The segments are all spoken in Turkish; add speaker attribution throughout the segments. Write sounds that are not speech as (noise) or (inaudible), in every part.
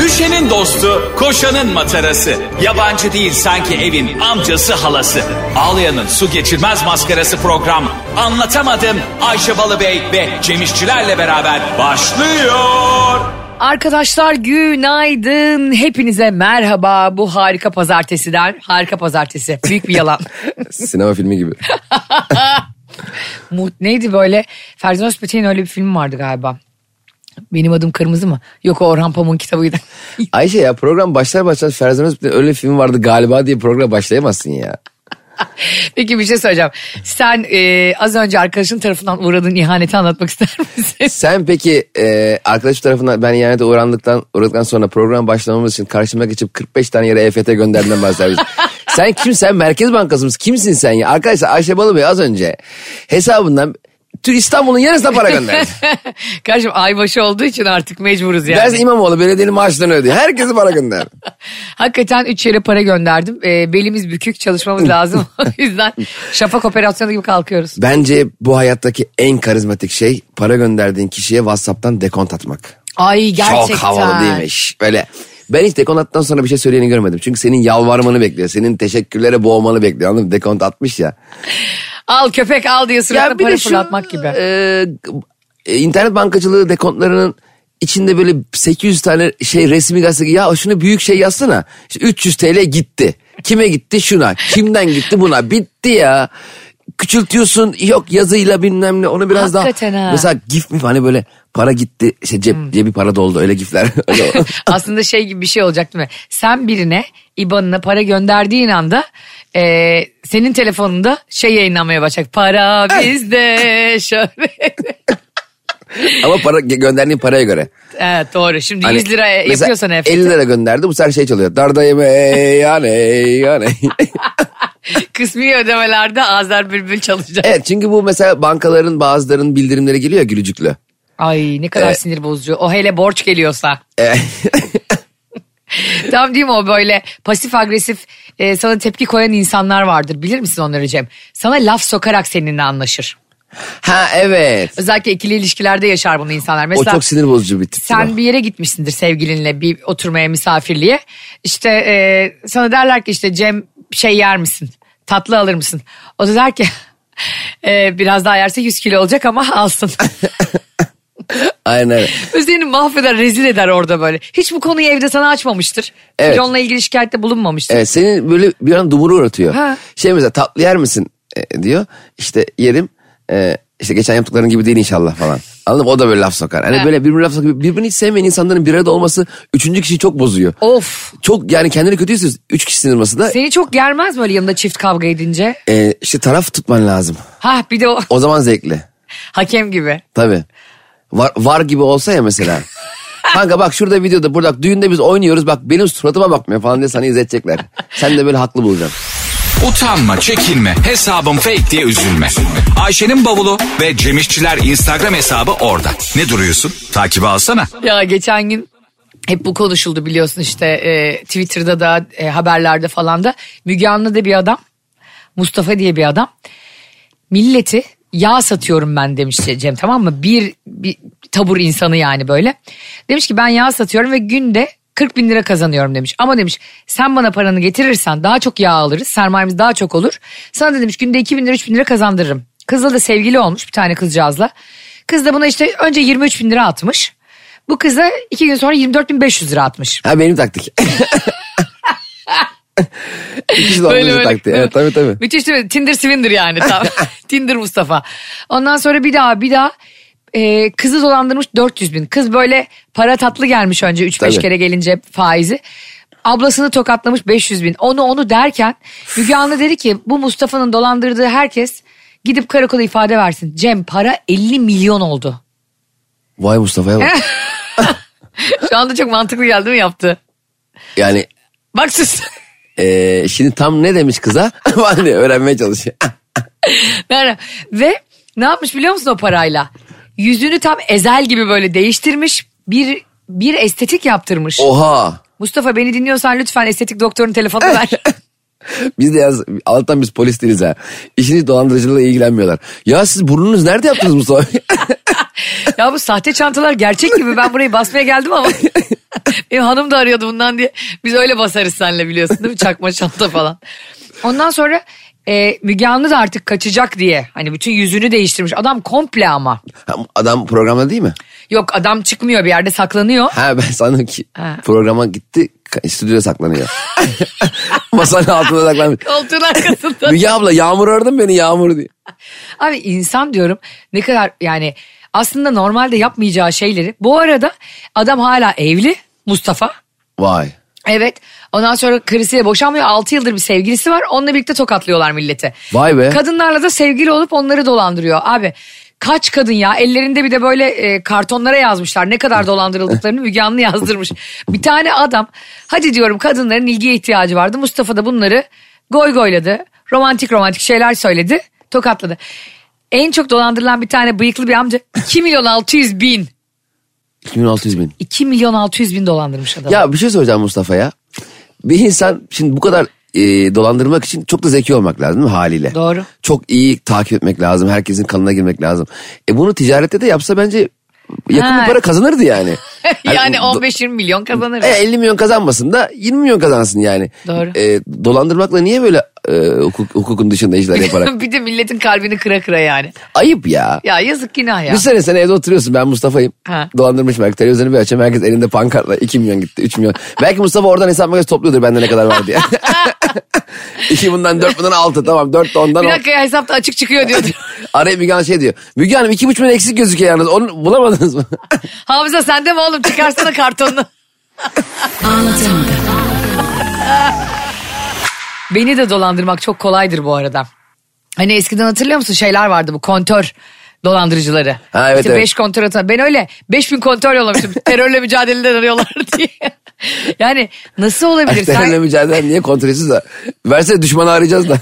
Speaker 1: Düşenin dostu, koşanın matarası. Yabancı değil sanki evin amcası halası. Ağlayanın su geçirmez maskarası program. Anlatamadım Ayşe Balıbey ve Cemişçilerle beraber başlıyor.
Speaker 2: Arkadaşlar günaydın. Hepinize merhaba. Bu harika pazartesiden. Harika pazartesi. Büyük bir yalan.
Speaker 3: Sinema filmi gibi.
Speaker 2: Mut neydi böyle? Ferzan Özpetek'in öyle bir filmi vardı galiba. Benim adım kırmızı mı? Yok o Orhan Pamuk'un kitabıydı. (laughs)
Speaker 3: Ayşe ya program başlar başlar Ferzan Özbek'te öyle film vardı galiba diye program başlayamazsın ya.
Speaker 2: Peki bir şey söyleyeceğim. Sen e, az önce arkadaşın tarafından uğradığın ihaneti anlatmak ister misin? (laughs)
Speaker 3: Sen peki e, arkadaş tarafından ben ihanete uğrandıktan, uğradıktan sonra program başlamamız için karşıma geçip 45 tane yere EFT gönderdiğinden bahsediyorsun. sen kim sen Merkez Bankası mısın? Kimsin sen ya? Arkadaşlar Ayşe Balıbey az önce hesabından tüm İstanbul'un yarısına para gönderdi.
Speaker 2: Kardeşim aybaşı olduğu için artık mecburuz yani.
Speaker 3: Ders İmamoğlu belediyenin maaşlarını ödüyor. Herkese para gönder.
Speaker 2: Hakikaten üç yere para gönderdim. E, belimiz bükük çalışmamız lazım. (laughs) o yüzden şafak operasyonu gibi kalkıyoruz.
Speaker 3: Bence bu hayattaki en karizmatik şey para gönderdiğin kişiye WhatsApp'tan dekont atmak.
Speaker 2: Ay gerçekten.
Speaker 3: Çok havalı değilmiş. Böyle ben hiç dekont attıktan sonra bir şey söyleyeni görmedim. Çünkü senin yalvarmanı bekliyor. Senin teşekkürlere boğmanı bekliyor. Anladın mı? Dekont atmış ya.
Speaker 2: Al köpek al diye suratına
Speaker 3: bir de
Speaker 2: para
Speaker 3: şu,
Speaker 2: fırlatmak gibi.
Speaker 3: e, e, internet bankacılığı dekontlarının içinde böyle 800 tane şey resmi gazete. Ya şunu büyük şey yazsana. İşte 300 TL gitti. Kime gitti? Şuna. Kimden gitti? Buna. Bitti ya. Küçültüyorsun yok yazıyla bilmem ne onu biraz
Speaker 2: Hakikaten
Speaker 3: daha
Speaker 2: ha.
Speaker 3: mesela gif mi hani böyle para gitti işte cep cebi para doldu öyle gifler (laughs) Öyle-
Speaker 2: Aslında şey gibi bir şey olacak değil mi? Sen birine IBAN'ına para gönderdiğin anda e, senin telefonunda şey yayınlanmaya başlayacak. Para bizde şöyle. (laughs)
Speaker 3: Ama para gö- gönderdiğin paraya göre.
Speaker 2: evet doğru şimdi
Speaker 3: Hani
Speaker 2: 100 lira
Speaker 3: mesela
Speaker 2: yapıyorsan efekt.
Speaker 3: 50 lira gönderdi bu sefer şey çalıyor. Dardayım ey yani ey yani.
Speaker 2: (laughs) Kısmi ödemelerde Azer Bülbül çalacak.
Speaker 3: (laughs) evet çünkü bu mesela bankaların bazılarının bildirimleri geliyor ya gülücüklü.
Speaker 2: Ay ne
Speaker 3: e,
Speaker 2: kadar sinir bozucu. O hele borç geliyorsa.
Speaker 3: Evet.
Speaker 2: (laughs) Tam değil mi o böyle pasif agresif e, sana tepki koyan insanlar vardır. Bilir misin onları Cem? Sana laf sokarak seninle anlaşır.
Speaker 3: (laughs) ha evet.
Speaker 2: Özellikle ikili ilişkilerde yaşar bunu insanlar.
Speaker 3: O
Speaker 2: Mesela
Speaker 3: çok sinir bozucu bir tip.
Speaker 2: sen bir yere gitmişsindir sevgilinle bir oturmaya misafirliğe. İşte e, sana derler ki işte Cem şey yer misin? Tatlı alır mısın? O da der ki (laughs) "E, biraz daha yerse 100 kilo olacak ama
Speaker 3: (laughs)
Speaker 2: alsın.
Speaker 3: Aynen öyle.
Speaker 2: Özlerini mahveder rezil eder orada böyle. Hiç bu konuyu evde sana açmamıştır.
Speaker 3: Evet.
Speaker 2: Hiç onunla ilgili şikayette bulunmamıştır.
Speaker 3: Evet, senin böyle bir an dumuru uğratıyor.
Speaker 2: Ha.
Speaker 3: Şey mesela tatlı yer misin E, diyor. İşte yerim. E, işte geçen yaptıkların gibi değil inşallah falan. Anladın mı? O da böyle laf sokar. Hani
Speaker 2: Ha.
Speaker 3: böyle birbirine laf sokar. Birbirini hiç sevmeyen insanların bir arada olması üçüncü kişiyi çok bozuyor.
Speaker 2: Of
Speaker 3: Çok yani kendini kötü hissediyorsun. Üç kişi sinirması da
Speaker 2: Seni çok germez böyle yanında çift kavga edince.
Speaker 3: e, işte taraf tutman lazım.
Speaker 2: Ha bir de o (laughs)
Speaker 3: O zaman zevkli.
Speaker 2: hakem gibi.
Speaker 3: Tabii. Var, var gibi olsa
Speaker 2: (laughs)
Speaker 3: ya mesela. Kanka bak şurada videoda burada düğünde biz oynuyoruz bak benim suratıma bakmıyor falan diye sana izletecekler. Sen de böyle haklı bulacaksın.
Speaker 1: Utanma, çekinme, hesabım fake diye üzülme. Ayşe'nin bavulu ve Cemişçiler Instagram hesabı orada. Ne duruyorsun? Takibi alsana.
Speaker 2: Ya geçen gün hep bu konuşuldu biliyorsun işte e, Twitter'da da e, haberlerde falan da. Müge Anlı'da bir adam Mustafa diye bir adam milleti yağ satıyorum ben demiş Cem tamam mı? Bir, bir tabur insanı yani böyle. Demiş ki ben yağ satıyorum ve günde 40 bin lira kazanıyorum demiş. Ama demiş sen bana paranı getirirsen daha çok yağ alırız. Sermayemiz daha çok olur. Sana da demiş günde 2 bin lira 3 bin lira kazandırırım. Kızla da sevgili olmuş bir tane kızcağızla. Kız da buna işte önce 23 bin lira atmış. Bu kıza iki gün sonra 24 bin 500 lira atmış.
Speaker 3: Ha benim taktik. (laughs) İkisi de
Speaker 2: Böyle
Speaker 3: onun
Speaker 2: böyle.
Speaker 3: taktiği. Evet tabii tabii.
Speaker 2: Müthiş değil mi? Tinder Swindler yani tam.
Speaker 3: (laughs)
Speaker 2: Tinder Mustafa. Ondan sonra bir daha bir daha e, kızı dolandırmış 400 bin. Kız böyle para tatlı gelmiş önce 3-5
Speaker 3: Tabii.
Speaker 2: kere gelince faizi. Ablasını tokatlamış 500 bin. Onu onu derken Müge Anlı dedi ki bu Mustafa'nın dolandırdığı herkes gidip karakola ifade versin. Cem para 50 milyon
Speaker 3: (laughs)
Speaker 2: oldu.
Speaker 3: Vay
Speaker 2: (laughs)
Speaker 3: Mustafa'ya bak.
Speaker 2: Şu anda çok mantıklı geldi mi yaptı?
Speaker 3: Yani
Speaker 2: Bak sus.
Speaker 3: e, şimdi tam ne demiş kıza? (laughs) Falan diye öğrenmeye çalışıyor.
Speaker 2: Yani ve ne yapmış biliyor musun o parayla? Yüzünü tam ezel gibi böyle değiştirmiş. Bir bir estetik yaptırmış.
Speaker 3: Oha.
Speaker 2: Mustafa beni dinliyorsan lütfen estetik doktorun telefonunu
Speaker 3: (laughs)
Speaker 2: ver.
Speaker 3: Biz de yaz alttan biz (laughs) polis değiliz ha. İşiniz dolandırıcılığıyla ilgilenmiyorlar. Ya siz burnunuz nerede yaptınız Mustafa?
Speaker 2: ya bu sahte çantalar gerçek gibi ben burayı basmaya geldim
Speaker 3: (laughs)
Speaker 2: ama benim hanım da arıyordu bundan diye. Biz öyle basarız senle biliyorsun değil mi çakma çanta falan. Ondan sonra e, Müge Anlı da artık kaçacak diye hani bütün yüzünü değiştirmiş adam komple ama.
Speaker 3: Ha, Adam programda değil mi?
Speaker 2: Yok adam çıkmıyor bir yerde saklanıyor.
Speaker 3: Ha ben sandım ki
Speaker 2: Ha.
Speaker 3: programa gitti ka- stüdyoda saklanıyor. (laughs) Masanın altında saklanmış.
Speaker 2: Koltuğun arkasında.
Speaker 3: Müge abla yağmur aradın beni yağmur diye.
Speaker 2: Abi insan diyorum ne kadar yani aslında normalde yapmayacağı şeyleri. Bu arada adam hala evli Mustafa.
Speaker 3: Vay.
Speaker 2: Evet ondan sonra karısıyla boşanmıyor 6 yıldır bir sevgilisi var onunla birlikte tokatlıyorlar millete.
Speaker 3: Vay be.
Speaker 2: Kadınlarla da sevgili olup onları dolandırıyor abi. Kaç kadın ya ellerinde bir de böyle e, kartonlara yazmışlar ne kadar dolandırıldıklarını Müge Anlı
Speaker 3: (laughs)
Speaker 2: yazdırmış. Bir tane adam hadi diyorum kadınların ilgiye ihtiyacı vardı Mustafa da bunları goy goyladı romantik romantik şeyler söyledi tokatladı. En çok dolandırılan bir tane bıyıklı bir amca 2 milyon 600 bin
Speaker 3: 2600 bin.
Speaker 2: 2 milyon 600 bin dolandırmış (laughs) adamı.
Speaker 3: Ya bir şey söyleyeceğim Mustafa ya. Bir insan şimdi bu kadar e, dolandırmak için çok da zeki olmak lazım değil mi haliyle?
Speaker 2: Doğru.
Speaker 3: Çok iyi takip etmek lazım. Herkesin kanına girmek lazım. E bunu ticarette de yapsa bence yakın
Speaker 2: Ha.
Speaker 3: bir para kazanırdı yani.
Speaker 2: (laughs)
Speaker 3: Hani
Speaker 2: yani
Speaker 3: do-
Speaker 2: 15-20 milyon kazanır.
Speaker 3: E, 50 milyon kazanmasın da 20 milyon kazansın yani.
Speaker 2: Doğru.
Speaker 3: E, dolandırmakla niye böyle e, hukuk- hukukun dışında işler
Speaker 2: (laughs)
Speaker 3: yaparak?
Speaker 2: bir de milletin kalbini kıra kıra yani.
Speaker 3: Ayıp ya.
Speaker 2: Ya yazık günah ya.
Speaker 3: Bir sene sen evde oturuyorsun ben Mustafa'yım.
Speaker 2: Ha.
Speaker 3: Dolandırmış belki televizyonu bir açayım herkes elinde pankartla 2 milyon gitti 3 milyon. belki Mustafa oradan hesap makinesi topluyordur bende ne kadar var diye. (laughs) 2 bundan 4 bundan 6 tamam 4 de ondan
Speaker 2: Bir
Speaker 3: 10.
Speaker 2: dakika ya hesapta açık çıkıyor diyordu.
Speaker 3: Araya Müge Hanım şey diyor. Müge Hanım 2,5 milyon eksik gözüküyor yalnız onu bulamadınız mı?
Speaker 2: Hamza sende mi oğlum çıkarsana
Speaker 3: (laughs)
Speaker 2: kartonunu. Beni de dolandırmak çok kolaydır bu arada. Hani eskiden hatırlıyor musun şeyler vardı bu kontör dolandırıcıları.
Speaker 3: Ha, evet,
Speaker 2: işte
Speaker 3: evet.
Speaker 2: beş kontör atan. Ben öyle 5000 kontör
Speaker 3: (laughs)
Speaker 2: yollamıştım. Terörle mücadeleden arıyorlar diye. Yani nasıl
Speaker 3: (laughs)
Speaker 2: olabilir? Sen-
Speaker 3: Terörle mücadele niye kontrolsüz da. Versene düşmanı arayacağız da.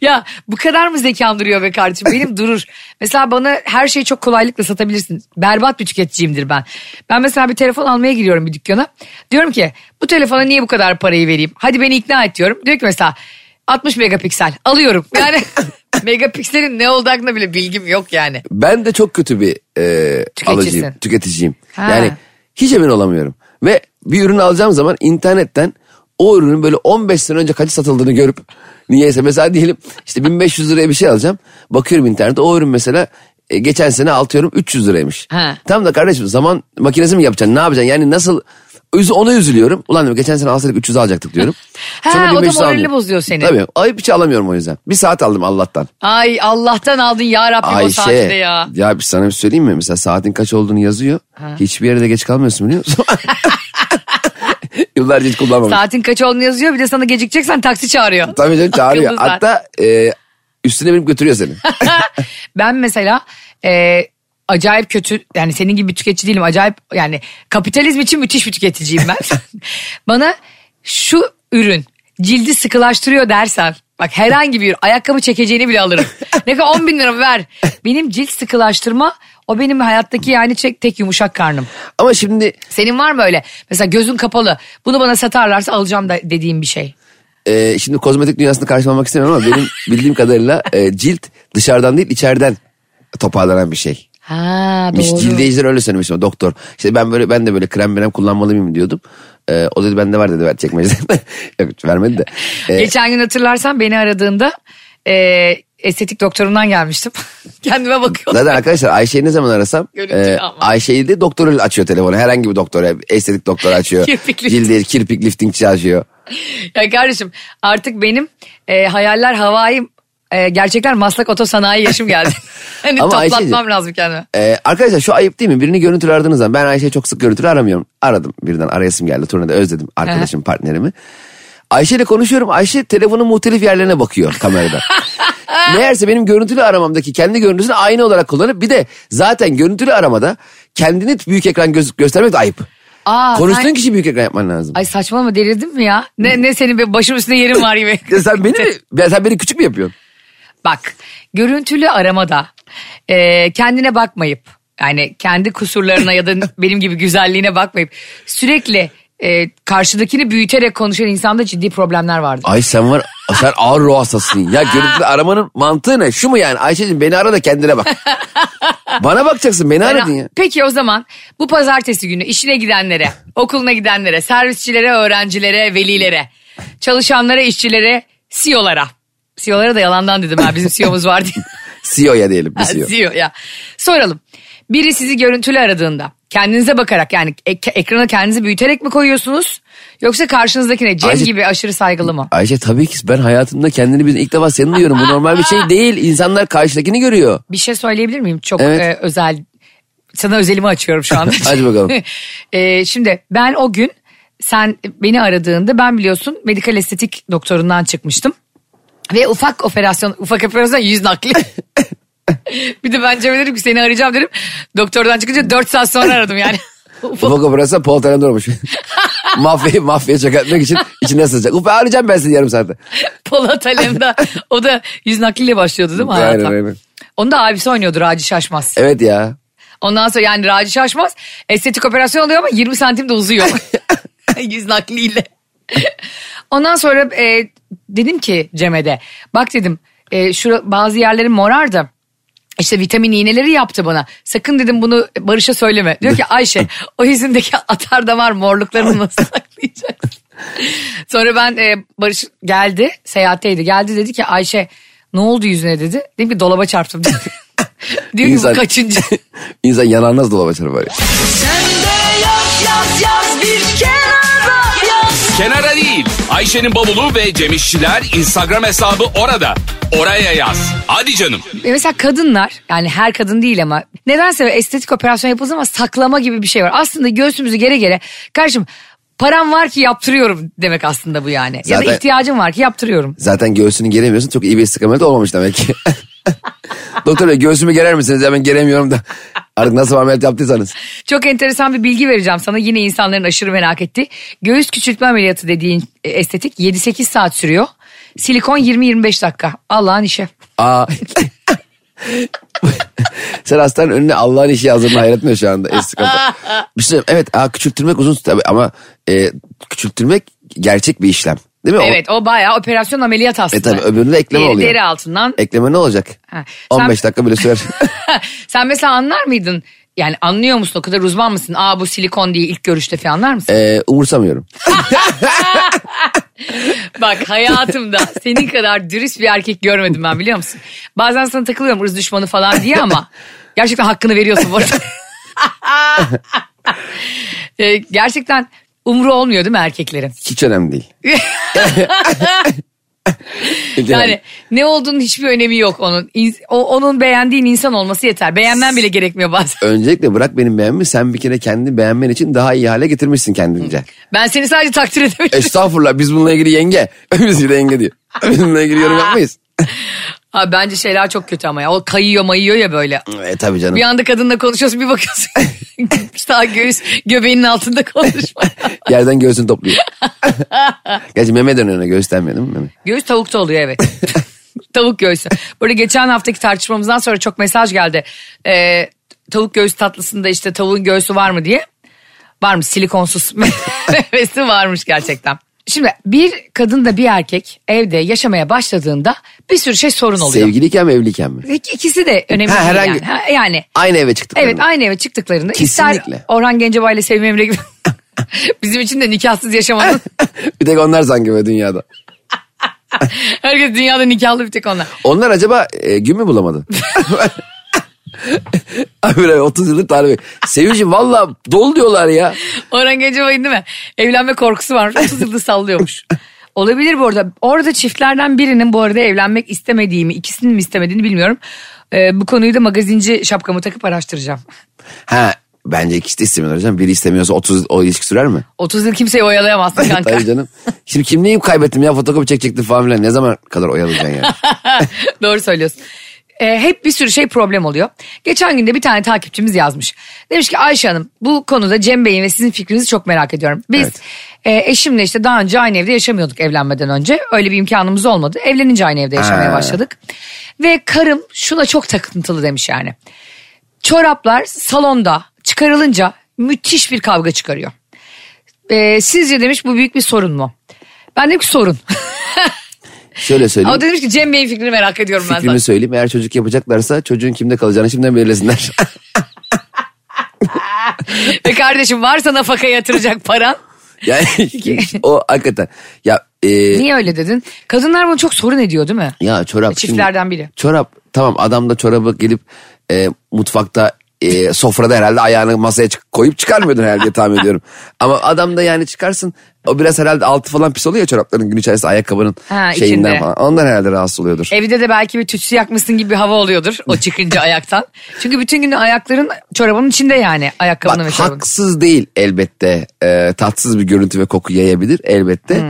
Speaker 2: ya bu kadar mı zekam duruyor be kardeşim? Benim durur. Mesela bana her şeyi çok kolaylıkla satabilirsin. Berbat bir tüketiciyimdir ben. Ben mesela bir telefon almaya giriyorum bir dükkana. Diyorum ki bu telefona niye bu kadar parayı vereyim? Hadi beni ikna et diyorum. Diyor ki mesela 60 megapiksel alıyorum. Yani (laughs) megapikselin ne oldu hakkında bile bilgim yok yani.
Speaker 3: Ben de çok kötü bir e,
Speaker 2: Tüketicisin.
Speaker 3: alıcıyım, tüketiciyim.
Speaker 2: Ha.
Speaker 3: Yani hiç emin olamıyorum. Ve bir ürün alacağım zaman internetten o ürünün böyle 15 sene önce kaç satıldığını görüp niyeyse mesela diyelim işte 1500 liraya bir şey alacağım. Bakıyorum internette o ürün mesela e, geçen sene altıyorum 300 liraymış.
Speaker 2: Ha.
Speaker 3: Tam da kardeşim zaman makinesi mi yapacaksın ne yapacaksın yani nasıl Üz- ona üzülüyorum. Ulan diyorum, geçen sene alsaydık 300 alacaktık diyorum.
Speaker 2: Ha, o da
Speaker 3: 1500
Speaker 2: moralini
Speaker 3: almıyorum.
Speaker 2: bozuyor seni.
Speaker 3: Tabii ayıp bir şey alamıyorum o yüzden. Bir saat aldım Allah'tan.
Speaker 2: Ay Allah'tan aldın ya Rabbim o
Speaker 3: Ayşe
Speaker 2: saatte ya.
Speaker 3: şey, ya bir sana bir söyleyeyim mi? Mesela saatin kaç olduğunu yazıyor. Hiçbir yere de geç kalmıyorsun biliyor
Speaker 2: (laughs)
Speaker 3: musun? Yıllarca hiç kullanmamış.
Speaker 2: Saatin kaç olduğunu yazıyor bir de sana gecikeceksen taksi çağırıyor.
Speaker 3: Tabii canım çağırıyor.
Speaker 2: Akıllı zaten.
Speaker 3: Hatta e, üstüne binip
Speaker 2: (laughs)
Speaker 3: götürüyor seni.
Speaker 2: ben mesela e, acayip kötü yani senin gibi bir tüketici değilim acayip yani kapitalizm için müthiş bir tüketiciyim ben. Bana şu ürün cildi sıkılaştırıyor dersen bak herhangi bir ürün, ayakkabı çekeceğini bile alırım. ne kadar 10 bin lira ver. Benim cilt sıkılaştırma o benim hayattaki yani çek, tek yumuşak karnım.
Speaker 3: Ama şimdi
Speaker 2: Senin var mı öyle? Mesela gözün kapalı. Bunu bana satarlarsa alacağım da dediğim bir şey.
Speaker 3: e, şimdi kozmetik dünyasını karşılamak istemiyorum ama benim bildiğim kadarıyla e, cilt dışarıdan değil içeriden toparlanan bir şey.
Speaker 2: Ha doğru.
Speaker 3: Miş, cildeyiciler öyle söylemiş ama doktor. İşte ben böyle ben de böyle krem krem kullanmalı mıyım diyordum. E, o dedi bende var dedi ver çekmeceden. (laughs) Yok vermedi de. E,
Speaker 2: Geçen gün hatırlarsan beni aradığında e, estetik doktorundan gelmiştim. (laughs) Kendime bakıyordum.
Speaker 3: Zaten arkadaşlar Ayşe'yi ne zaman arasam
Speaker 2: Görüntü
Speaker 3: e,
Speaker 2: ama.
Speaker 3: Ayşe'yi de doktoru açıyor telefonu. Herhangi bir doktor estetik doktor
Speaker 2: (laughs)
Speaker 3: açıyor.
Speaker 2: Kirpik lift-
Speaker 3: Cildi kirpik liftingçi açıyor.
Speaker 2: ya kardeşim artık benim e, hayaller havai e, gerçekler maslak otosanayi yaşım
Speaker 3: (laughs)
Speaker 2: geldi. hani
Speaker 3: Ama
Speaker 2: toplatmam
Speaker 3: Ayşe'cim-
Speaker 2: lazım kendime.
Speaker 3: E, arkadaşlar şu ayıp değil mi? Birini görüntülü aradığınız zaman ben Ayşe'yi çok sık görüntülü aramıyorum. Aradım birden arayasım geldi. Turnede özledim arkadaşım partnerimi. Ayşe'yle konuşuyorum. Ayşe telefonun muhtelif yerlerine bakıyor
Speaker 2: (laughs)
Speaker 3: kamerada. Meğerse benim görüntülü aramamdaki kendi görüntüsünü aynı olarak kullanıp bir de zaten görüntülü aramada kendini büyük ekran göz- göstermek de ayıp.
Speaker 2: Aa,
Speaker 3: Konuştuğun
Speaker 2: sen-
Speaker 3: kişi büyük ekran yapman lazım.
Speaker 2: Ay saçmalama delirdin mi ya? Ne, ne senin be- başım üstünde yerin var
Speaker 3: (laughs)
Speaker 2: gibi.
Speaker 3: Ya sen beni mi- ya sen beni küçük mü yapıyorsun?
Speaker 2: Bak görüntülü aramada e, kendine bakmayıp yani kendi kusurlarına ya da benim gibi güzelliğine bakmayıp sürekli e, karşıdakini büyüterek konuşan insanda ciddi problemler vardı.
Speaker 3: Ay sen var sen ağır ruh hastasın. Ya görüntülü aramanın mantığı ne? Şu mu yani? Ayşe'cim beni ara da kendine bak. Bana bakacaksın beni
Speaker 2: Ben-
Speaker 3: aradın ya.
Speaker 2: Peki o zaman bu pazartesi günü işine gidenlere, okuluna gidenlere, servisçilere, öğrencilere, velilere, çalışanlara, işçilere, E CEO'lara. CEO'lara da yalandan dedim ha bizim E CEO'muz vardı.
Speaker 3: CEO ya E diyelim
Speaker 2: Ha,
Speaker 3: biz CEO.
Speaker 2: CEO ya. Soralım. Biri sizi görüntülü aradığında kendinize bakarak yani ek- ekrana kendinizi büyüterek mi koyuyorsunuz? Yoksa karşınızdakine Cem
Speaker 3: Ayşe-
Speaker 2: gibi aşırı saygılı mı?
Speaker 3: Ayşe tabii ki ben hayatımda kendini bir ilk defa senin duyuyorum. Bu normal bir (laughs) şey değil. İnsanlar karşıdakini görüyor.
Speaker 2: Bir şey söyleyebilir miyim? Çok
Speaker 3: Evet.
Speaker 2: e, özel. Sana özelimi açıyorum şu anda.
Speaker 3: (laughs) Hadi bakalım.
Speaker 2: (laughs) E, şimdi ben o gün sen beni aradığında ben biliyorsun medikal estetik doktorundan çıkmıştım. Ve ufak operasyon, ufak operasyon yüz
Speaker 3: (laughs)
Speaker 2: nakli. bir de ben Cem'e dedim ki seni arayacağım dedim. Doktordan çıkınca 4 saat sonra aradım
Speaker 3: (laughs)
Speaker 2: yani. Ufak-
Speaker 3: Ufak operasyon Paul Telenor (laughs) olmuş. mafyayı mafyaya çökertmek için içine sızacak. Ufak arayacağım ben seni yarım saatte.
Speaker 2: (laughs) Polat Alemdar. O da yüz nakliyle başlıyordu değil mi
Speaker 3: Aynen,
Speaker 2: hayata?
Speaker 3: aynen.
Speaker 2: Onu da abisi oynuyordu Raci Şaşmaz.
Speaker 3: Evet ya.
Speaker 2: Ondan sonra yani Raci Şaşmaz estetik operasyon oluyor ama 20 santim de uzuyor. (laughs) Yüz nakliyle. (laughs) Ondan sonra e, dedim ki Cem'e de bak dedim e, şura, bazı yerlerim morardı. İşte vitamin iğneleri yaptı bana. Sakın dedim bunu Barış'a söyleme. Diyor ki (laughs) Ayşe o yüzündeki atar damar morluklarını nasıl saklayacaksın? (laughs) Sonra ben e, Barış geldi seyahatteydi. Geldi dedi ki Ayşe ne oldu yüzüne dedi. Dedim ki dolaba çarptım (laughs) dedi. Diyor ki bu
Speaker 3: İnsan-
Speaker 2: kaçıncı?
Speaker 3: (laughs) İnsan yanarnaz dolap açar böyle.
Speaker 1: Kenara değil. Ayşe'nin bavulu ve Cemişçiler Instagram hesabı orada. Oraya yaz. Hadi canım.
Speaker 2: E, Mesela kadınlar yani her kadın değil ama nedense estetik operasyon yapıldığı ama saklama gibi bir şey var. Aslında göğsümüzü gere gere karşım param var ki yaptırıyorum demek aslında bu yani. ya da
Speaker 3: Zaten-
Speaker 2: ihtiyacım var ki yaptırıyorum.
Speaker 3: Zaten göğsünü geremiyorsun. Çok iyi bir istikamet olmamış demek ki. (laughs) Doktor bey göğsümü gerer misiniz? Ya ben geremiyorum da. Artık nasıl ameliyat yaptıysanız.
Speaker 2: Çok enteresan bir bilgi vereceğim sana yine insanların aşırı merak ettiği. Göğüs küçültme ameliyatı dediğin e, estetik 7-8 saat sürüyor. Silikon 20-25 dakika. Allah'ın işi.
Speaker 3: Aa. (laughs) Sen hastanın önüne Allah'ın işi yazdığını hayretmiyor şu anda istikamet. Bir şey söyleyeyim. Evet aa, küçültülmek uzun tabii ama e, küçültülmek gerçek bir işlem. Değil mi? O-
Speaker 2: Evet o bayağı operasyon ameliyat aslında.
Speaker 3: E tabii öbüründe ekleme
Speaker 2: Diğeri
Speaker 3: oluyor.
Speaker 2: deri altından
Speaker 3: Ekleme ne olacak?
Speaker 2: Ha, sen-
Speaker 3: 15 dakika
Speaker 2: (laughs)
Speaker 3: bile sürer.
Speaker 2: Sen mesela anlar mıydın? Yani anlıyor musun o kadar uzman mısın? Aa bu silikon diye ilk görüşte falan anlar mısın?
Speaker 3: Ee, umursamıyorum.
Speaker 2: (laughs) Bak hayatımda senin kadar dürüst bir erkek görmedim ben biliyor musun? Bazen sana takılıyorum ırz düşmanı falan diye ama (laughs) gerçekten hakkını veriyorsun bu arada. (laughs) Ee, gerçekten umru olmuyor değil mi erkeklerin?
Speaker 3: Hiç önemli değil. (laughs)
Speaker 2: (laughs)
Speaker 3: Hiç
Speaker 2: Yani
Speaker 3: önemli.
Speaker 2: ne olduğunun hiçbir önemi yok onun. İn- o- onun beğendiğin insan olması yeter. Beğenmen bile gerekmiyor bazen.
Speaker 3: Öncelikle bırak benim beğenmi. Sen bir kere kendini beğenmen için daha iyi hale getirmişsin kendince.
Speaker 2: Ben seni sadece takdir edebilirim.
Speaker 3: Estağfurullah biz bununla ilgili yenge. (laughs) biz bir de yenge diyor. Biz bununla ilgili yorum yapmayız.
Speaker 2: Ha, bence şeyler çok kötü ama ya. O kayıyor mayıyor ya böyle.
Speaker 3: E tabii canım.
Speaker 2: Bir anda kadınla konuşuyorsun bir bakıyorsun. (laughs) Daha göğüs göbeğinin altında konuşma.
Speaker 3: Yerden göğsünü topluyor. Gerçi meme dönene göstermiyor değil mi meme?
Speaker 2: (laughs) Göğüs tavukta oluyor evet. (laughs) tavuk göğsü. Böyle geçen haftaki tartışmamızdan sonra çok mesaj geldi. Ee, tavuk göğüs tatlısında işte tavuğun göğsü var mı diye. Varmış silikonsuz (laughs) meyvesi varmış gerçekten. Şimdi bir kadınla bir erkek evde yaşamaya başladığında bir sürü şey sorun oluyor.
Speaker 3: Sevgiliyken mi evliyken mi?
Speaker 2: Peki İkisi de önemli
Speaker 3: Ha,
Speaker 2: değil
Speaker 3: herhangi-
Speaker 2: yani. Ha, yani
Speaker 3: Aynı eve çıktık.
Speaker 2: Evet aynı eve çıktıklarında ister
Speaker 3: Kesinlikle.
Speaker 2: Orhan Gencebay ile Sevim Emre
Speaker 3: (laughs)
Speaker 2: gibi bizim için de nikahsız yaşamanın
Speaker 3: bir tek onlar sanki böyle dünyada.
Speaker 2: herkes dünyada nikahlı bir tek onlar.
Speaker 3: Onlar acaba e, gün
Speaker 2: (laughs)
Speaker 3: mü bulamadı? Abi böyle 30 yıllık tarifi. Sevinci valla dol diyorlar ya.
Speaker 2: Orhan Gencebay'ın değil mi? Evlenme korkusu varmış 30 yıldır
Speaker 3: (laughs)
Speaker 2: sallıyormuş. Olabilir bu arada. Orada çiftlerden birinin bu arada evlenmek istemediğimi, ikisinin mi istemediğini bilmiyorum. Ee, bu konuyu da magazinci şapkamı takıp araştıracağım.
Speaker 3: Ha bence ikisi de istemiyorlar hocam. Biri istemiyorsa 30 o ilişki sürer mi?
Speaker 2: 30 yıl kimseyi oyalayamazsın kanka.
Speaker 3: (laughs) Tabii canım. Şimdi kimliğimi kaybettim ya fotokopi çekecektim falan filan. Ne zaman kadar oyalayacaksın
Speaker 2: (laughs)
Speaker 3: ya?
Speaker 2: Doğru söylüyorsun. Ee, hep bir sürü şey problem oluyor. Geçen günde bir tane takipçimiz yazmış. Demiş ki Ayşe Hanım bu konuda Cem Bey'in ve sizin fikrinizi çok merak ediyorum. Biz
Speaker 3: Evet.
Speaker 2: e, eşimle işte daha önce aynı evde yaşamıyorduk evlenmeden önce. Öyle bir imkanımız olmadı. Evlenince aynı evde yaşamaya
Speaker 3: Ha.
Speaker 2: başladık. Ve karım şuna çok takıntılı demiş yani. Çoraplar salonda çıkarılınca müthiş bir kavga çıkarıyor. e, sizce demiş bu büyük bir sorun mu? Ben dedim ki sorun. (laughs)
Speaker 3: Şöyle söyleyeyim.
Speaker 2: Ama demiş ki Cem Bey'in fikrini merak ediyorum ben
Speaker 3: Fikrimi söyleyeyim. Eğer çocuk yapacaklarsa çocuğun kimde kalacağını şimdiden belirlesinler. (laughs)
Speaker 2: zaten. Ve E kardeşim varsa nafaka yatıracak paran.
Speaker 3: yani o hakikaten. Ya e,
Speaker 2: Niye öyle dedin? Kadınlar bunu çok sorun ediyor değil mi?
Speaker 3: Ya çorap. şimdi-
Speaker 2: Çiftlerden biri.
Speaker 3: Çorap tamam adam da çorabı gelip e, mutfakta e, sofrada herhalde ayağını masaya çık- koyup çıkarmıyordun herhalde diye tahmin ediyorum. Ama adam da yani çıkarsın o biraz herhalde altı falan pis oluyor ya çorapların gün içerisinde ayakkabının
Speaker 2: Ha,
Speaker 3: şeyinden
Speaker 2: içinde.
Speaker 3: falan. Ondan herhalde rahatsız oluyordur.
Speaker 2: Evde de belki bir tütsü yakmışsın gibi bir hava oluyordur o çıkınca
Speaker 3: (laughs)
Speaker 2: ayaktan. Çünkü bütün gün ayakların çorabının içinde yani ayakkabının
Speaker 3: Bak
Speaker 2: ve çorabının.
Speaker 3: haksız değil elbette. Ee, tatsız bir görüntü ve koku yayabilir elbette.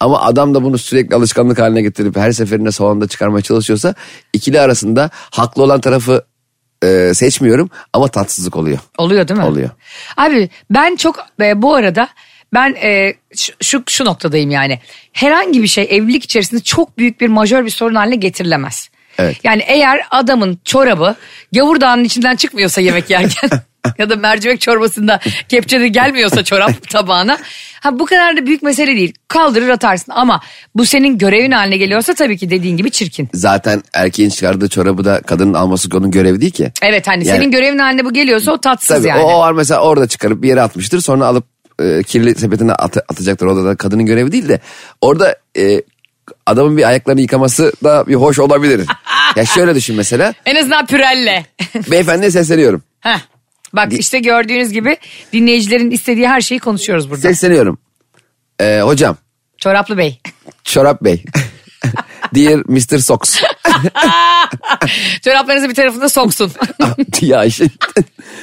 Speaker 3: Ama adam da bunu sürekli alışkanlık haline getirip her seferinde salonda çıkarmaya çalışıyorsa ikili arasında haklı olan tarafı e, seçmiyorum ama tatsızlık oluyor.
Speaker 2: Oluyor değil mi?
Speaker 3: Oluyor.
Speaker 2: Abi ben çok e, bu arada ben e, şu, şu şu noktadayım yani. Herhangi bir şey evlilik içerisinde çok büyük bir majör bir sorun haline getirilemez.
Speaker 3: Evet.
Speaker 2: Yani eğer adamın çorabı gavurdağının içinden çıkmıyorsa yemek
Speaker 3: (laughs)
Speaker 2: yerken ya da mercimek çorbasında kepçede gelmiyorsa çorap tabağına ha bu kadar da büyük mesele değil. Kaldırır atarsın ama bu senin görevin haline geliyorsa tabii ki dediğin gibi çirkin.
Speaker 3: Zaten erkeğin çıkardığı çorabı da kadının alması onun görevi değil ki.
Speaker 2: Evet hani
Speaker 3: Yani-
Speaker 2: senin görevin haline bu geliyorsa o tatsız
Speaker 3: Tabii
Speaker 2: yani.
Speaker 3: o, o var mesela orada çıkarıp bir yere atmıştır sonra alıp e, kirli sepetine at- atacaktır. Orada da kadının görevi değil de orada e, adamın bir ayaklarını yıkaması da bir
Speaker 2: (laughs)
Speaker 3: hoş olabilir. ya şöyle düşün mesela
Speaker 2: En azından pürelle.
Speaker 3: beyefendiye sesleniyorum.
Speaker 2: Heh. Bak işte gördüğünüz gibi dinleyicilerin istediği her şeyi konuşuyoruz burada.
Speaker 3: Sesleniyorum. E, hocam
Speaker 2: Çoraplı Bey. (laughs)
Speaker 3: Çorap Bey. Dear Mr. Socks.
Speaker 2: Çoraplarınızı bir tarafında
Speaker 3: (laughs)
Speaker 2: soksun.
Speaker 3: Ah, ya işte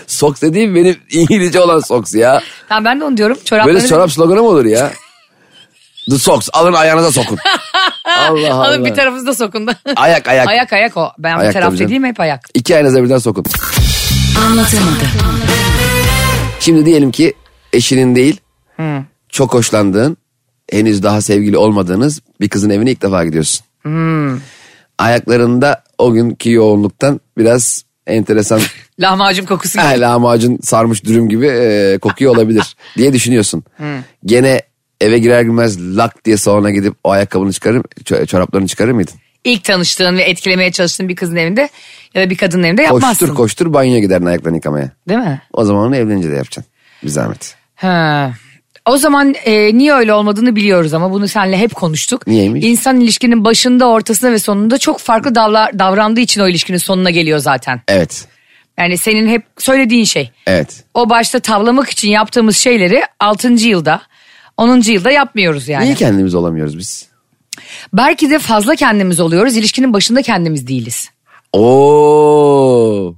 Speaker 3: Socks dediğim benim İngilizce olan Socks ya.
Speaker 2: tamam ben de onu diyorum. Çoraplarınızı (laughs)
Speaker 3: Böyle çorap sloganı mı olur ya? The socks. Alın
Speaker 2: (laughs)
Speaker 3: ayağınıza sokun. Allah Allah.
Speaker 2: alın bir tarafınızda sokun da.
Speaker 3: Ayak
Speaker 2: (laughs)
Speaker 3: ayak.
Speaker 2: ayak ayak o. Ben
Speaker 3: Ayak
Speaker 2: bir taraf
Speaker 3: tabii canım.
Speaker 2: dediğim hep ayak.
Speaker 3: İki ayağınıza birden sokun.
Speaker 2: Anlatamadım.
Speaker 3: Şimdi diyelim ki eşinin değil çok hoşlandığın henüz daha sevgili olmadığınız bir kızın evine ilk defa gidiyorsun. Ayaklarında o günkü yoğunluktan biraz enteresan
Speaker 2: Lahmacun kokusu gibi.
Speaker 3: eh, lahmacun sarmış dürüm gibi e, kokuyor olabilir diye düşünüyorsun. Gene eve girer girmez lak diye salona gidip o ayakkabını çıkarır, ço- çoraplarını çıkarır mıydın?
Speaker 2: İlk tanıştığın ve etkilemeye çalıştığın bir kızın evinde ya da bir kadının evinde yapmazsın.
Speaker 3: Koştur koştur banyoya giderdin ayaklarını yıkamaya.
Speaker 2: Değil mi?
Speaker 3: O zaman onu evlenince de yapacaksın. Bir zahmet.
Speaker 2: Ha. O zaman e, niye öyle olmadığını biliyoruz ama bunu seninle hep konuştuk.
Speaker 3: Niyeymiş?
Speaker 2: İnsan ilişkinin başında, ortasında ve sonunda çok farklı davla- davrandığı için o ilişkinin sonuna geliyor zaten.
Speaker 3: Evet.
Speaker 2: Yani senin hep söylediğin şey.
Speaker 3: Evet.
Speaker 2: O başta tavlamak için yaptığımız şeyleri 6. yılda, 10. yılda yapmıyoruz yani.
Speaker 3: Niye kendimiz olamıyoruz biz?
Speaker 2: Belki de fazla kendimiz oluyoruz. ilişkinin başında kendimiz değiliz.
Speaker 3: Oo.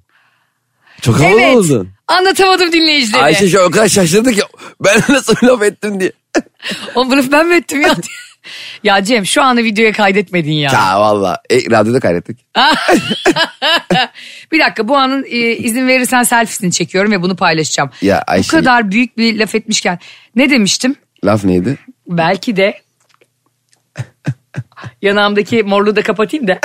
Speaker 3: Çok havalı
Speaker 2: evet.
Speaker 3: oldun.
Speaker 2: Anlatamadım dinleyicilere.
Speaker 3: Ayşe şu an o kadar şaşırdı ki ben (laughs) nasıl laf ettim diye.
Speaker 2: Oğlum bunu ben mi ettim ya? (laughs) ya Cem şu anı videoya kaydetmedin ya.
Speaker 3: Ya valla. E, radyoda kaydettik.
Speaker 2: Bir dakika bu anın e, izin verirsen selfiesini çekiyorum ve bunu paylaşacağım.
Speaker 3: Ya Ayşe-
Speaker 2: Bu kadar büyük bir laf etmişken ne demiştim?
Speaker 3: Laf neydi?
Speaker 2: Belki de yanağımdaki morluğu da kapatayım da.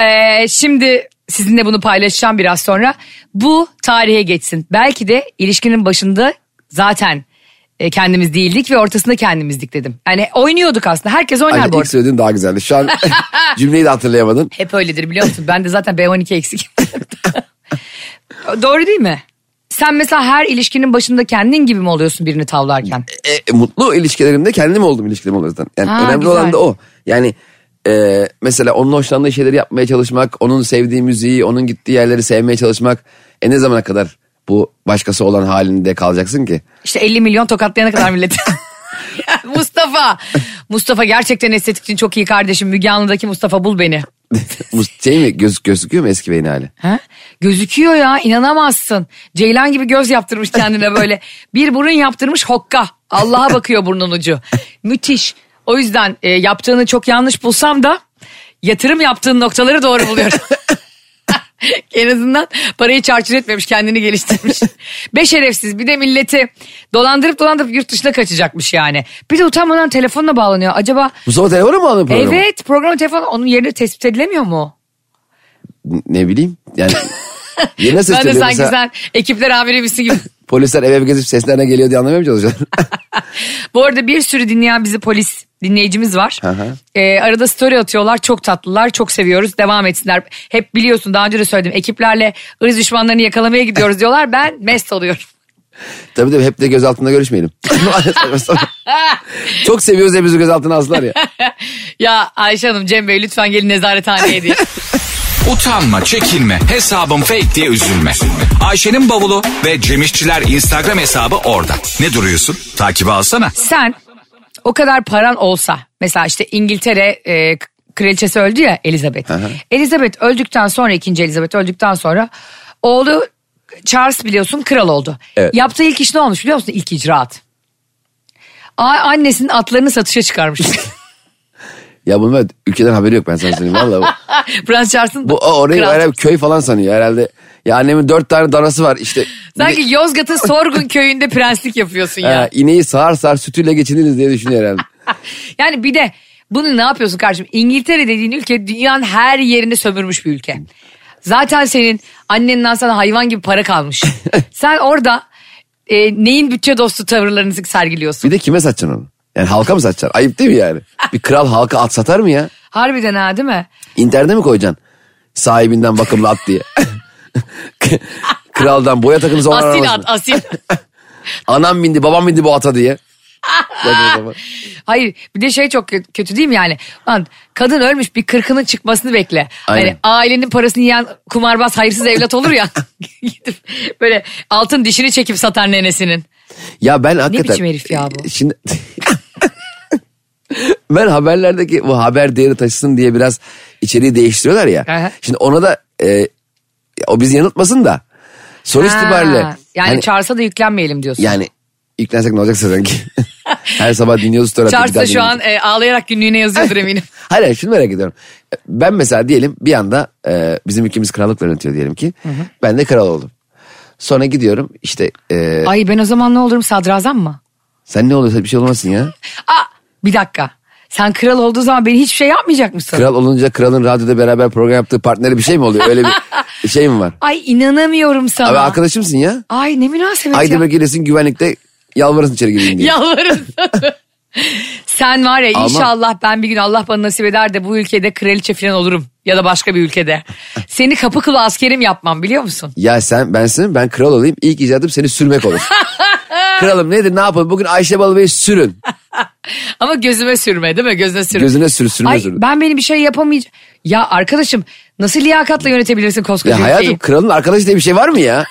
Speaker 2: Ee, şimdi sizinle bunu paylaşacağım biraz sonra. Bu tarihe geçsin. Belki de ilişkinin başında zaten e, kendimiz değildik ve ortasında kendimizdik dedim. Yani oynuyorduk aslında. Herkes oynar bu
Speaker 3: Ayşe Hani ilk
Speaker 2: arada.
Speaker 3: söylediğin daha güzeldi. Şu an
Speaker 2: (laughs)
Speaker 3: (laughs) cümleyi de hatırlayamadın.
Speaker 2: Hep öyledir biliyor musun? Ben de zaten B12 eksik. (laughs) Doğru değil mi? Sen mesela her ilişkinin başında kendin gibi mi oluyorsun birini tavlarken?
Speaker 3: E, e, mutlu ilişkilerimde kendim oldum ilişkilerim o yüzden. Yani
Speaker 2: Ha,
Speaker 3: önemli
Speaker 2: güzel.
Speaker 3: olan da o. Yani e, mesela onun hoşlandığı şeyleri yapmaya çalışmak, onun sevdiği müziği, onun gittiği yerleri sevmeye çalışmak. E ne zamana kadar bu başkası olan halinde
Speaker 2: (laughs)
Speaker 3: kalacaksın ki?
Speaker 2: İşte 50 milyon tokatlayana kadar millet. Mustafa. Mustafa gerçekten estetik için çok iyi kardeşim. Müge Anlı'daki Mustafa bul beni.
Speaker 3: Bu şey mi göz, gözüküyor mu eski beyin hali?
Speaker 2: Ha? Gözüküyor ya inanamazsın. Ceylan gibi göz yaptırmış kendine böyle. Bir burun yaptırmış hokka. Allah'a bakıyor burnun ucu. Müthiş. O yüzden e, yaptığını çok yanlış bulsam da yatırım yaptığın noktaları doğru buluyorum. (laughs) en azından parayı çarçur etmemiş kendini geliştirmiş. Be şerefsiz bir de milleti dolandırıp dolandırıp yurt dışına kaçacakmış yani. Bir de utanmadan telefonla bağlanıyor. Acaba
Speaker 3: Mustafa telefonu mu aldın programı?
Speaker 2: evet programın telefonu onun yerini tespit edilemiyor mu?
Speaker 3: N- Ne bileyim yani.
Speaker 2: Ben
Speaker 3: Yerine
Speaker 2: de (laughs)
Speaker 3: sesleniyor
Speaker 2: sanki
Speaker 3: mesela.
Speaker 2: sen ekipler amiri misin gibi.
Speaker 3: Polisler ev ev gezip seslerine geliyor diye anlamıyor
Speaker 2: (laughs)
Speaker 3: mu çalışıyorlar?
Speaker 2: Bu arada bir sürü dinleyen bizi polis dinleyicimiz var.
Speaker 3: hı.
Speaker 2: Ee, arada story atıyorlar. Çok tatlılar. Çok seviyoruz. Devam etsinler. Hep biliyorsun daha önce de söyledim. Ekiplerle ırz düşmanlarını yakalamaya gidiyoruz diyorlar. Ben mest oluyorum. (laughs)
Speaker 3: tabii tabii hep de göz altında görüşmeyelim.
Speaker 2: (laughs)
Speaker 3: Saçma sapan. Çok seviyoruz hepimizi göz altına aslar ya.
Speaker 2: Ya Ayşe Hanım Cem Bey lütfen gelin nezarethaneye diye.
Speaker 1: Utanma, çekinme, hesabım fake diye üzülme. Ayşe'nin bavulu ve Cemişçiler Instagram hesabı orada. Ne duruyorsun? Takibi alsana.
Speaker 2: Sen o kadar paran olsa mesela işte İngiltere e, k- kraliçesi öldü ya Elizabeth. Elizabeth öldükten sonra ikinci Elizabeth öldükten sonra oğlu Charles biliyorsun kral oldu.
Speaker 3: Evet.
Speaker 2: Yaptığı ilk iş ne olmuş biliyor musun? İlk icraat. A- annesinin atlarını satışa
Speaker 3: (laughs)
Speaker 2: çıkarmış.
Speaker 3: Ya bunun böyle ülkeden haberi yok ben sana söyleyeyim. Valla bu,
Speaker 2: Prens Charles'ın
Speaker 3: bu o orayı
Speaker 2: kral-
Speaker 3: bayağı bir köy falan sanıyor herhalde. Ya annemin dört tane danası var işte.
Speaker 2: Sanki Yozgat'ın Sorgun köyünde prenslik yapıyorsun ya.
Speaker 3: Ha, e, ineği sağar sağar sütüyle geçiniriz diye düşünüyor herhalde.
Speaker 2: yani bir de bunu ne yapıyorsun kardeşim? İngiltere dediğin ülke dünyanın her yerini sömürmüş bir ülke. Zaten senin annenden sana hayvan gibi para
Speaker 3: (laughs)
Speaker 2: kalmış. Sen orada e, neyin bütçe dostu tavırlarını sergiliyorsun?
Speaker 3: Bir de kime satacaksın onu? Yani halka mı satacaksın? Ayıp değil mi yani? Bir kral halka at satar mı ya?
Speaker 2: Harbiden ha değil mi?
Speaker 3: İnternete mi koyacaksın? Sahibinden bakımlı at diye. (laughs) Kraldan boya takımı olan
Speaker 2: Asil
Speaker 3: aramaz
Speaker 2: at
Speaker 3: mı?
Speaker 2: asil.
Speaker 3: Anam bindi babam bindi bu ata diye. Bakın o zaman.
Speaker 2: (laughs) Hayır bir de şey çok kö- kötü değil mi yani? Lan kadın ölmüş bir kırkının çıkmasını bekle.
Speaker 3: Aynen.
Speaker 2: Hani ailenin parasını yiyen kumarbaz hayırsız evlat olur ya. (laughs) Gidip böyle altın dişini çekip satan nenesinin.
Speaker 3: ya ben hakikaten. E,
Speaker 2: biçim herif ya bu?
Speaker 3: Şimdi... (laughs) ben haberlerdeki bu haber değeri taşısın diye biraz içeriği değiştiriyorlar ya.
Speaker 2: Aha.
Speaker 3: Şimdi ona da e, o bizi yanıltmasın da. Sonuç
Speaker 2: Ha,
Speaker 3: itibariyle.
Speaker 2: Yani,
Speaker 3: hani-
Speaker 2: Charles'a da yüklenmeyelim diyorsun.
Speaker 3: Yani yüklensek ne
Speaker 2: (laughs)
Speaker 3: olacaksa sanki. Her sabah dinliyoruz story atıyor, bir
Speaker 2: Charles
Speaker 3: daha
Speaker 2: da şu
Speaker 3: dinliyoruz.
Speaker 2: an e, ağlayarak günlüğüne
Speaker 3: (laughs)
Speaker 2: yazıyordur eminim.
Speaker 3: Hayır hayır, şunu merak ediyorum. Ben mesela diyelim bir anda e, bizim ülkemiz krallıkla yönetiyor diyelim ki. Ben de kral oldum. Sonra gidiyorum işte e,
Speaker 2: Ay ben o zaman ne olurum sadrazam mı?
Speaker 3: sen ne oluyorsa bir şey olmasın ya.
Speaker 2: Aa bir dakika. Sen kral olduğu zaman beni hiçbir şey yapmayacak mısın?
Speaker 3: Kral olunca kralın radyoda beraber program yaptığı partneri bir şey mi oluyor? Öyle
Speaker 2: (laughs)
Speaker 3: bir şey mi var?
Speaker 2: Ay inanamıyorum sana.
Speaker 3: Abi arkadaşımsın ya.
Speaker 2: Ay ne münasebet
Speaker 3: Aydın
Speaker 2: ya.
Speaker 3: gelesin güvenlikte yalvarırsın içeri gireyim
Speaker 2: (laughs)
Speaker 3: diye.
Speaker 2: Yalvarırım sana. (laughs) Sen var ya
Speaker 3: Ama-
Speaker 2: inşallah ben bir gün Allah bana nasip eder de bu ülkede kraliçe falan olurum. Ya da başka bir
Speaker 3: (laughs)
Speaker 2: ülkede. Seni kapı kılı askerim yapmam biliyor musun?
Speaker 3: Ya sen bensin ben kral olayım ilk icadım seni
Speaker 2: (laughs)
Speaker 3: sürmek olur. Kralım nedir ne yapalım bugün Ayşe Balıbey'i sürün.
Speaker 2: Ama gözüme sürme değil mi? Gözüne sürme.
Speaker 3: Gözüne sür sürme
Speaker 2: Ay
Speaker 3: sür.
Speaker 2: ben benim bir şey yapamayacağım. Ya arkadaşım nasıl liyakatla yönetebilirsin koskoca
Speaker 3: Ya hayatım
Speaker 2: ülkeyi?
Speaker 3: kralın arkadaşı diye bir şey var
Speaker 2: (laughs)
Speaker 3: mı ya?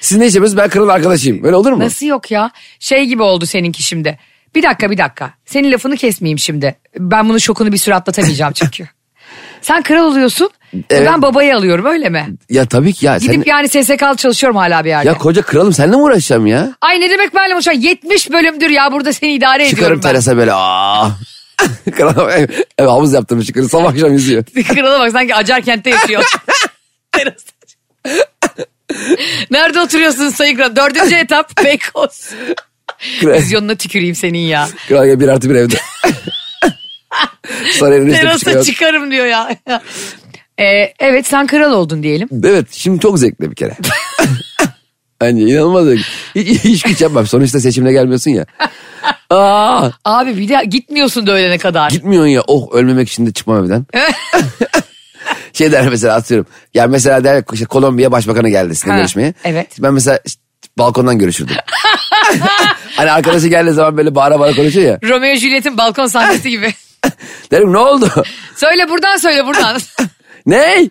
Speaker 3: Siz ne işimiz ben kralın arkadaşıyım. Böyle olur mu?
Speaker 2: Nasıl yok ya? Şey gibi oldu seninki şimdi. Bir dakika bir dakika. Senin lafını kesmeyeyim şimdi. Ben bunun şokunu bir süre atlatamayacağım
Speaker 3: (laughs)
Speaker 2: çünkü. Sen kral oluyorsun.
Speaker 3: Evet.
Speaker 2: Ben babayı alıyorum öyle mi?
Speaker 3: Ya tabii ki ya.
Speaker 2: Gidip
Speaker 3: Sen,
Speaker 2: yani SSK'lı çalışıyorum hala bir yerde.
Speaker 3: ya koca kralım seninle mi uğraşacağım ya?
Speaker 2: Ay ne demek benle uğraşan 70 bölümdür ya burada seni idare
Speaker 3: Çıkarım
Speaker 2: ediyorum ben.
Speaker 3: terasa böyle aa. (laughs) Kralım ev, ev havuz yaptırmış çıkarım sabah
Speaker 2: (laughs)
Speaker 3: akşam yüzüyor.
Speaker 2: Krala bak sanki Acarkent'te
Speaker 3: (laughs)
Speaker 2: yaşıyor. Terasta. Nerede oturuyorsun Sayın Kral? Dördüncü
Speaker 3: (laughs)
Speaker 2: etap Beykoz.
Speaker 3: Kral,
Speaker 2: Vizyonuna tüküreyim senin ya.
Speaker 3: kral gel bir artı bir evde. Sonra elini üstüne
Speaker 2: Terasa
Speaker 3: çıkıyor.
Speaker 2: çıkarım diyor ya. (laughs) Ee, evet sen kral oldun diyelim.
Speaker 3: Evet şimdi çok zevkli bir kere. Bence inanılmaz zevkli. Hiç, hiç güç yapmam. Sonuçta seçimle gelmiyorsun ya. Aa,
Speaker 2: Abi bir de gitmiyorsun da ölene kadar.
Speaker 3: gitmiyorsun ya. Oh ölmemek için de çıkmam evden. şey der mesela atıyorum. Ya mesela der işte Kolombiya Başbakanı geldi sizinle
Speaker 2: Ha,
Speaker 3: görüşmeye.
Speaker 2: evet.
Speaker 3: Ben mesela işte
Speaker 2: (laughs)
Speaker 3: balkondan görüşürdüm. hani arkadaşı geldiği zaman böyle bağıra bağıra konuşuyor ya.
Speaker 2: (laughs) Romeo Juliet'in balkon sahnesi gibi.
Speaker 3: Derim ne oldu?
Speaker 2: söyle buradan söyle buradan.
Speaker 3: ne?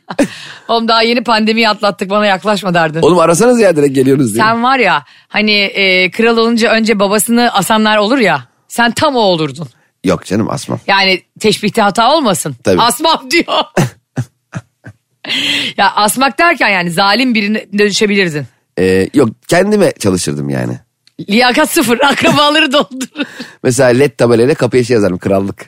Speaker 2: Oğlum daha yeni pandemiyi atlattık bana yaklaşma derdin.
Speaker 3: Oğlum arasanız ya direkt geliyoruz diye.
Speaker 2: Sen var ya hani e, kral olunca önce babasını asanlar olur ya. Sen tam o olurdun.
Speaker 3: Yok canım asmam.
Speaker 2: Yani teşbihte hata olmasın.
Speaker 3: Tabii.
Speaker 2: Asmam (laughs) diyor. ya asmak derken yani zalim birine dönüşebilirdin.
Speaker 3: Ee, yok kendime çalışırdım yani.
Speaker 2: Liyakat sıfır (laughs) akrabaları doldurur.
Speaker 3: Mesela led tabelayla kapıya şey yazarım krallık.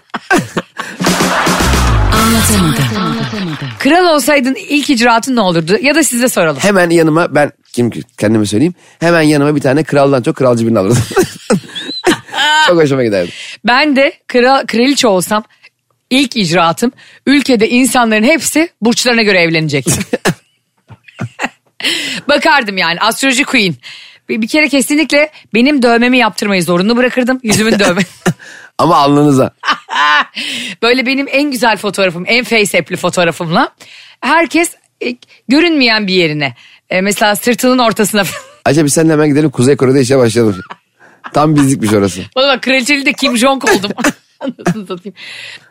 Speaker 2: Kral olsaydın ilk icraatın ne olurdu? Ya da size soralım.
Speaker 3: Hemen yanıma ben kim ki- kendime söyleyeyim. Hemen yanıma bir tane kraldan çok kralcı birini alırdım. çok hoşuma giderdi.
Speaker 2: Ben de kral, kraliçe olsam ilk icraatım ülkede insanların hepsi burçlarına göre evlenecek. Bakardım yani astroloji queen. Bir, bir kere kesinlikle benim dövmemi yaptırmayı zorunlu bırakırdım. Yüzümün dövme.
Speaker 3: Ama alnınıza.
Speaker 2: Böyle benim en güzel fotoğrafım, en face app'li fotoğrafımla. Herkes e, görünmeyen bir yerine. E, mesela sırtının ortasına.
Speaker 3: Ayşe biz seninle hemen gidelim Kuzey Kore'de işe başlayalım. Tam bizlikmiş orası.
Speaker 2: Bana bak kraliçeli de Kim Jong oldum. (laughs) Anasını satayım.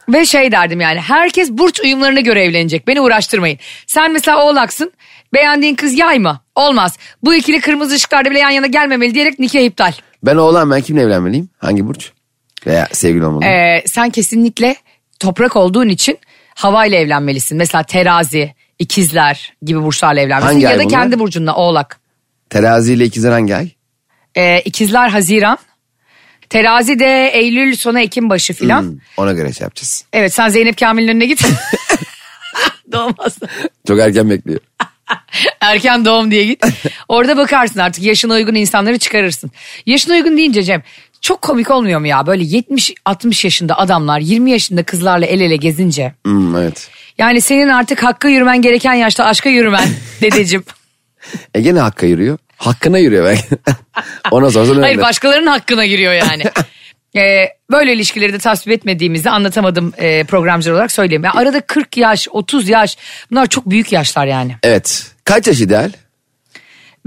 Speaker 2: Ve şey derdim yani herkes burç uyumlarına göre evlenecek. Beni uğraştırmayın. Sen mesela oğlaksın. Beğendiğin kız yayma. Olmaz. Bu ikili kırmızı ışıklarda bile yan yana gelmemeli diyerek nikah iptal.
Speaker 3: Ben oğlan ben kimle evlenmeliyim? Hangi burç? Veya sevgili olmalı.
Speaker 2: Ee, sen kesinlikle toprak olduğun için havayla evlenmelisin. Mesela terazi, ikizler gibi burçlarla evlenmelisin.
Speaker 3: Hangi
Speaker 2: ya
Speaker 3: ay
Speaker 2: da
Speaker 3: bunlar?
Speaker 2: kendi burcunla oğlak.
Speaker 3: Terazi ile ikizler hangi ay?
Speaker 2: Ee, ikizler Haziran. Terazi de Eylül sonu Ekim başı filan.
Speaker 3: Hmm, ona göre şey yapacağız.
Speaker 2: Evet sen Zeynep Kamil'in önüne git. Doğmaz.
Speaker 3: Çok erken bekliyor.
Speaker 2: Erken doğum diye git. Orada bakarsın artık yaşına uygun insanları çıkarırsın. Yaşına uygun deyince Cem çok komik olmuyor mu ya? Böyle 70-60 yaşında adamlar 20 yaşında kızlarla el ele gezince.
Speaker 3: Hmm, evet.
Speaker 2: Yani senin artık hakka yürümen gereken yaşta aşka yürümen dedeciğim.
Speaker 3: E gene hakka yürüyor. Hakkına yürüyor belki. (laughs) ona sorsan öyle.
Speaker 2: Hayır başkalarının hakkına giriyor yani. Ee, böyle ilişkileri de tasvip etmediğimizi anlatamadım e, programcı olarak söyleyeyim. Yani arada 40 yaş, 30 yaş bunlar çok büyük yaşlar yani.
Speaker 3: Evet. Kaç yaş ideal?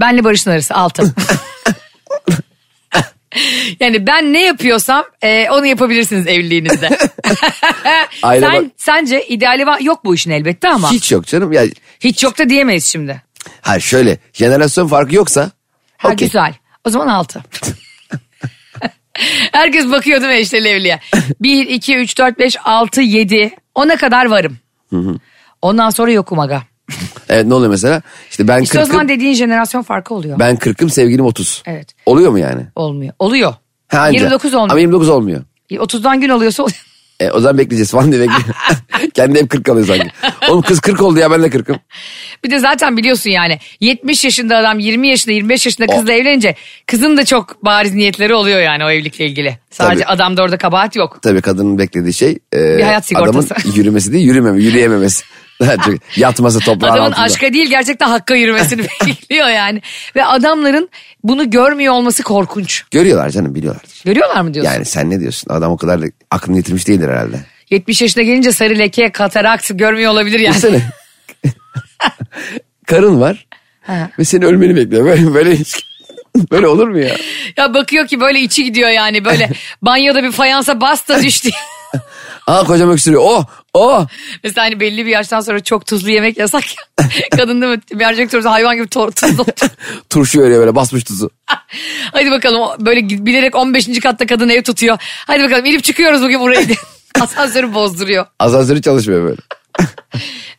Speaker 2: Benle Barış'ın arası
Speaker 3: (laughs)
Speaker 2: altı. yani ben ne yapıyorsam e, onu yapabilirsiniz evliliğinizde.
Speaker 3: (laughs) Aile
Speaker 2: Sen,
Speaker 3: bak-
Speaker 2: sence ideali var, yok bu işin elbette ama hiç,
Speaker 3: Hiç yok canım. Ya,
Speaker 2: yok da diyemeyiz şimdi.
Speaker 3: hayır şöyle jenerasyon farkı yoksa.
Speaker 2: Ha
Speaker 3: okey.
Speaker 2: güzel. O zaman altı.
Speaker 3: (laughs)
Speaker 2: Herkes bakıyor değil mi eşleri evliye? Bir, iki, üç, dört, beş, altı, yedi. Ona kadar varım. Ondan sonra yokum aga.
Speaker 3: Evet ne oluyor mesela? İşte ben
Speaker 2: İşte o
Speaker 3: kırkım,
Speaker 2: zaman dediğin jenerasyon farkı oluyor.
Speaker 3: ben kırkım sevgilim 30.
Speaker 2: Evet.
Speaker 3: Oluyor mu yani?
Speaker 2: Olmuyor. Oluyor.
Speaker 3: Ha, anca.
Speaker 2: 29 olmuyor.
Speaker 3: Ama 29 olmuyor.
Speaker 2: 30'dan gün oluyorsa oluyor.
Speaker 3: E, o zaman bekleyeceğiz falan
Speaker 2: (laughs)
Speaker 3: diye bekliyor. (laughs) Kendi hep 40 kalıyor sanki. Oğlum kız 40 oldu ya ben de 40'ım.
Speaker 2: Bir de zaten biliyorsun yani 70 yaşında adam 20 yaşında 25 yaşında
Speaker 3: O-
Speaker 2: kızla evlenince kızın da çok bariz niyetleri oluyor yani o evlilikle ilgili. Sadece
Speaker 3: Tabii.
Speaker 2: adamda orada kabahat yok.
Speaker 3: Tabii kadının beklediği şey e,
Speaker 2: hayat
Speaker 3: adamın
Speaker 2: sigortası.
Speaker 3: yürümesi değil yürümeme, yürüyememesi. (laughs) Daha çok yatması toprağın
Speaker 2: Adamın
Speaker 3: altında.
Speaker 2: aşka değil gerçekten hakka
Speaker 3: (laughs)
Speaker 2: yürümesini bekliyor yani. Ve adamların bunu görmüyor olması korkunç.
Speaker 3: Görüyorlar canım biliyorlar.
Speaker 2: Görüyorlar mı diyorsun?
Speaker 3: Yani sen ne diyorsun? Adam o kadar da aklını yitirmiş değildir herhalde.
Speaker 2: 70 yaşına gelince sarı leke, katarakt görmüyor olabilir yani.
Speaker 3: Düşünsene. Karın var
Speaker 2: Ha.
Speaker 3: ve senin ölmeni bekliyor. Böyle böyle hiç- böyle olur mu ya?
Speaker 2: (laughs) Ya bakıyor ki böyle içi gidiyor yani
Speaker 3: (laughs)
Speaker 2: böyle banyoda bir fayansa basta düştü. (laughs)
Speaker 3: Aa kocam öksürüyor. Oh oh.
Speaker 2: Mesela hani belli bir yaştan sonra çok tuzlu yemek yasak
Speaker 3: (laughs)
Speaker 2: ya. Kadın değil mi? Bir erkek sorusu hayvan gibi to- tuzlu.
Speaker 3: Turşu örüyor böyle basmış tuzu.
Speaker 2: (laughs) Hadi bakalım o- böyle bilerek 15. katta kadın ev tutuyor. Hadi bakalım inip çıkıyoruz bugün buraya diye. (laughs) Asansörü bozduruyor.
Speaker 3: Asansörü çalışmıyor böyle.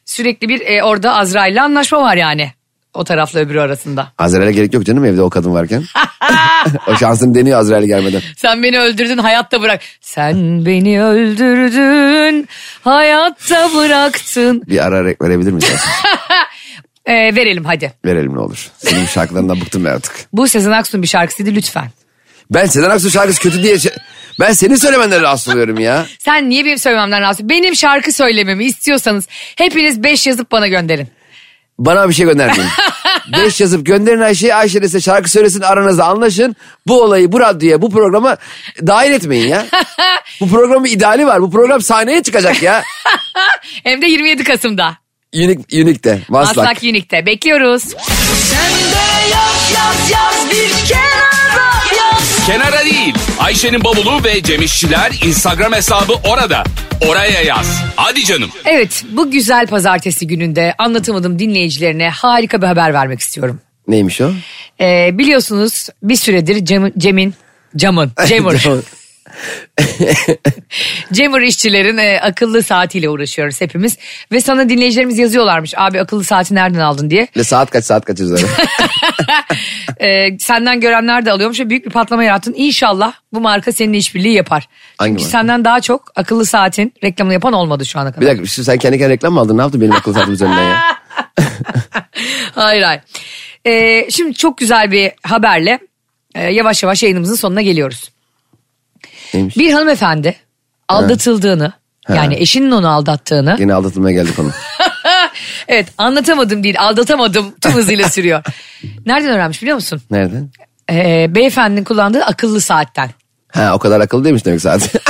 Speaker 2: Sürekli bir e, orada Azrail'le anlaşma var yani. O tarafla öbürü arasında.
Speaker 3: Azrail'e gerek yok canım evde o kadın varken. o şansını deniyor Azrail gelmeden.
Speaker 2: Sen beni öldürdün hayatta bırak. Sen beni öldürdün hayatta bıraktın.
Speaker 3: Bir ara re- verebilir miyiz? aslında?
Speaker 2: E, verelim hadi.
Speaker 3: Verelim ne olur. Senin şarkılarından bıktım ben artık.
Speaker 2: Bu Sezen Aksu'nun bir şarkısıydı lütfen.
Speaker 3: Ben Sezen Aksu şarkısı kötü diye... şey- Ben senin söylemenden rahatsız oluyorum ya.
Speaker 2: Sen niye benim söylememden rahatsız? Benim şarkı söylememi istiyorsanız hepiniz 5 yazıp bana gönderin.
Speaker 3: Bana bir şey gönderdin. Beş yazıp gönderin Ayşe'ye. Ayşe de size şarkı söylesin aranızda anlaşın. Bu olayı bu radyoya bu programa dahil etmeyin ya. bu programın bir ideali var. Bu program sahneye çıkacak ya.
Speaker 2: Hem de 27 Kasım'da.
Speaker 3: Unique, unique de. Maslak.
Speaker 2: Aslak Unique'de. Bekliyoruz.
Speaker 1: Kenara değil. Ayşe'nin bavulu ve Cemişçiler Instagram hesabı orada. Oraya yaz. Hadi canım.
Speaker 2: Evet bu güzel pazartesi gününde anlatamadım dinleyicilerine harika bir haber vermek istiyorum.
Speaker 3: Neymiş o?
Speaker 2: Ee, biliyorsunuz bir süredir Cem- Cem'in Cam'ın, Cemur, (laughs) Cemur işçilerin e, akıllı saatiyle uğraşıyoruz hepimiz. Ve sana dinleyicilerimiz yazıyorlarmış abi akıllı saati nereden aldın diye.
Speaker 3: Ne saat kaç saat kaç üzere?
Speaker 2: Ee, senden görenler de alıyormuş ve büyük bir patlama yarattın. İnşallah bu marka seninle işbirliği yapar.
Speaker 3: Hangi
Speaker 2: Çünkü
Speaker 3: marka?
Speaker 2: senden daha çok akıllı saatin reklamını yapan olmadı şu ana kadar.
Speaker 3: bir dakika şimdi sen kendi kendine reklam mı aldın? Ne yaptın benim akıl saatim üzerinden ya?
Speaker 2: Hayır hayır. Ee, şimdi çok güzel bir haberle e, yavaş yavaş yayınımızın sonuna geliyoruz.
Speaker 3: Neymiş?
Speaker 2: Bir hanımefendi aldatıldığını yani eşinin onu aldattığını
Speaker 3: Yine aldatılmaya geldi konu.
Speaker 2: evet anlatamadım değil aldatamadım tüm hızıyla sürüyor. Nereden öğrenmiş biliyor musun?
Speaker 3: Nereden?
Speaker 2: e, beyefendinin kullandığı akıllı saatten.
Speaker 3: Ha o kadar akıllı değilmiş demek zaten.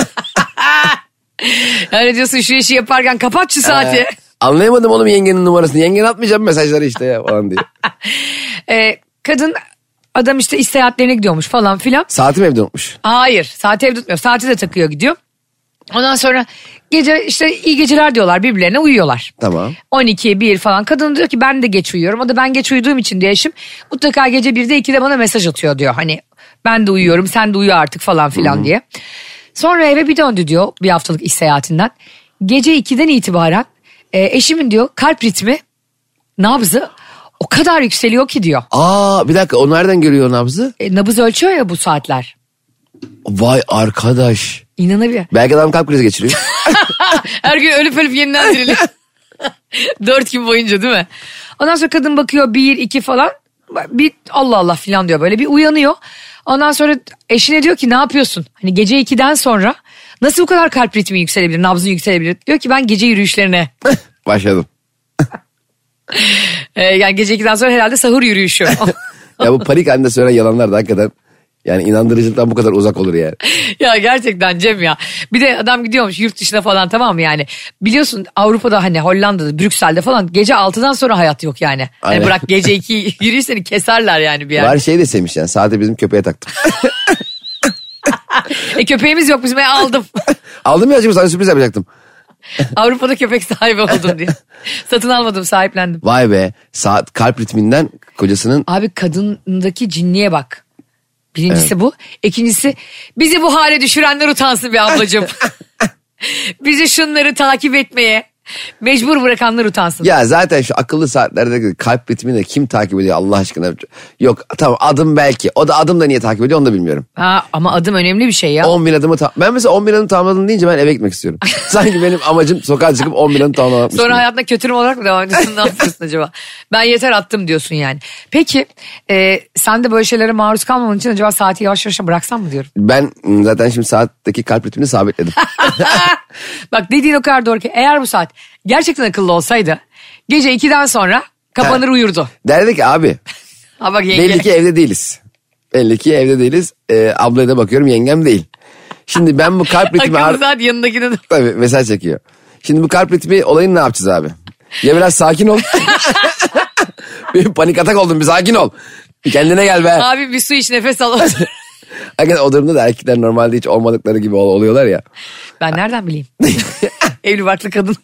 Speaker 2: Yani diyorsun şu işi yaparken kapat şu saati.
Speaker 3: Anlayamadım oğlum yengenin numarasını. Yengen atmayacağım mesajları işte ya falan diye.
Speaker 2: E, kadın adam işte istirahatlerine gidiyormuş falan filan.
Speaker 3: Saati mi evde unutmuş?
Speaker 2: Hayır saati evde tutmuyor. Saati de takıyor gidiyor. Ondan sonra gece işte iyi geceler diyorlar birbirlerine uyuyorlar.
Speaker 3: Tamam.
Speaker 2: 12, 1 falan. Kadın diyor ki ben de geç uyuyorum. O da ben geç uyuduğum için diyor eşim. Mutlaka gece 1'de 2'de bana mesaj atıyor diyor. Hani ben de uyuyorum sen de uyu artık falan filan diye. Sonra eve bir döndü diyor bir haftalık iş seyahatinden. Gece 2'den itibaren e, eşimin diyor kalp ritmi nabzı o kadar yükseliyor ki diyor.
Speaker 3: Aa bir dakika o nereden görüyor o nabzı?
Speaker 2: E, nabız ölçüyor ya bu saatler.
Speaker 3: Vay arkadaş.
Speaker 2: İnanabiliyor.
Speaker 3: Belki adam kalp krizi geçiriyor.
Speaker 2: Her gün ölüp ölüp yeniden diriliyor. Dört gün boyunca değil mi? Ondan sonra kadın bakıyor bir iki falan. Bir Allah Allah filan diyor böyle bir uyanıyor. Ondan sonra eşine diyor ki ne yapıyorsun? Hani gece ikiden sonra nasıl bu kadar kalp ritmi yükselebilir, nabzın yükselebilir? Diyor ki ben gece yürüyüşlerine.
Speaker 3: Başladım.
Speaker 2: Ee, yani gece ikiden sonra herhalde sahur yürüyüşü.
Speaker 3: Ya bu panik halinde söylenen yalanlar da hakikaten yani inandırıcılıktan bu kadar uzak olur yani.
Speaker 2: ya gerçekten Cem ya. Bir de adam gidiyormuş yurt dışına falan tamam mı yani. Biliyorsun Avrupa'da hani Hollanda'da, Brüksel'de falan gece 6'dan sonra hayat yok yani. Hani
Speaker 3: Aynen.
Speaker 2: bırak gece (laughs) 2 yürüyüşseni keserler yani bir yerde.
Speaker 3: Var şey de sevmiş yani saati bizim köpeğe taktım. (laughs)
Speaker 2: E köpeğimiz yok bizim e,
Speaker 3: (laughs)
Speaker 2: aldım.
Speaker 3: Aldım ya acaba sana sürpriz yapacaktım.
Speaker 2: Avrupa'da köpek sahibi oldum
Speaker 3: (laughs)
Speaker 2: diye. Satın almadım sahiplendim.
Speaker 3: Vay be saat kalp ritminden kocasının
Speaker 2: Abi kadındaki cinliğe bak. Birincisi bu. İkincisi bizi bu hale düşürenler utansın be
Speaker 3: (laughs)
Speaker 2: ablacığım. bizi şunları takip etmeye mecbur bırakanlar utansın.
Speaker 3: ya zaten şu akıllı saatlerde kalp ritmini de kim takip ediyor Allah aşkına. Yok tamam adım belki. O da adım da niye takip ediyor onu da bilmiyorum.
Speaker 2: Ha, ama adım önemli bir şey ya.
Speaker 3: 10 bin adımı ta- ben mesela 10 bin adımı tamamladım deyince ben eve gitmek istiyorum. Sanki benim amacım sokağa çıkıp 10 bin adımı tamamlamak.
Speaker 2: Sonra hayatına kötürüm olarak mı devam
Speaker 3: (laughs)
Speaker 2: ediyorsun? ne yapıyorsun acaba? Ben yeter attım diyorsun yani. Peki e, sen de böyle şeylere maruz kalmaman için acaba saati yavaş yavaş bıraksan mı diyorum?
Speaker 3: Ben ım, zaten şimdi saatteki kalp
Speaker 2: (laughs)
Speaker 3: ritmini sabitledim.
Speaker 2: Bak dediğin o kadar doğru ki eğer bu saat gerçekten akıllı olsaydı gece 2'den sonra kapanır
Speaker 3: Ha.
Speaker 2: uyurdu.
Speaker 3: Derdi ki abi
Speaker 2: Ha bak yenge. (laughs)
Speaker 3: belli ki evde değiliz. Belli ki evde değiliz. Ee, ablaya da bakıyorum yengem değil. Şimdi ben bu
Speaker 2: (laughs)
Speaker 3: kalp ritmi...
Speaker 2: Akıllı
Speaker 3: ar-
Speaker 2: saat yanındakine de.
Speaker 3: Tabii mesaj çekiyor. Şimdi bu kalp ritmi olayını ne yapacağız abi? Ya biraz
Speaker 2: (laughs)
Speaker 3: sakin ol. bir panik atak oldum bir sakin ol. Bir kendine gel be.
Speaker 2: Abi bir su iç nefes
Speaker 3: (laughs)
Speaker 2: al.
Speaker 3: Hakikaten o durumda da erkekler normalde hiç olmadıkları gibi ol-
Speaker 2: (laughs)
Speaker 3: oluyorlar ya.
Speaker 2: ben nereden
Speaker 3: (laughs)
Speaker 2: bileyim? Evli barklı kadın.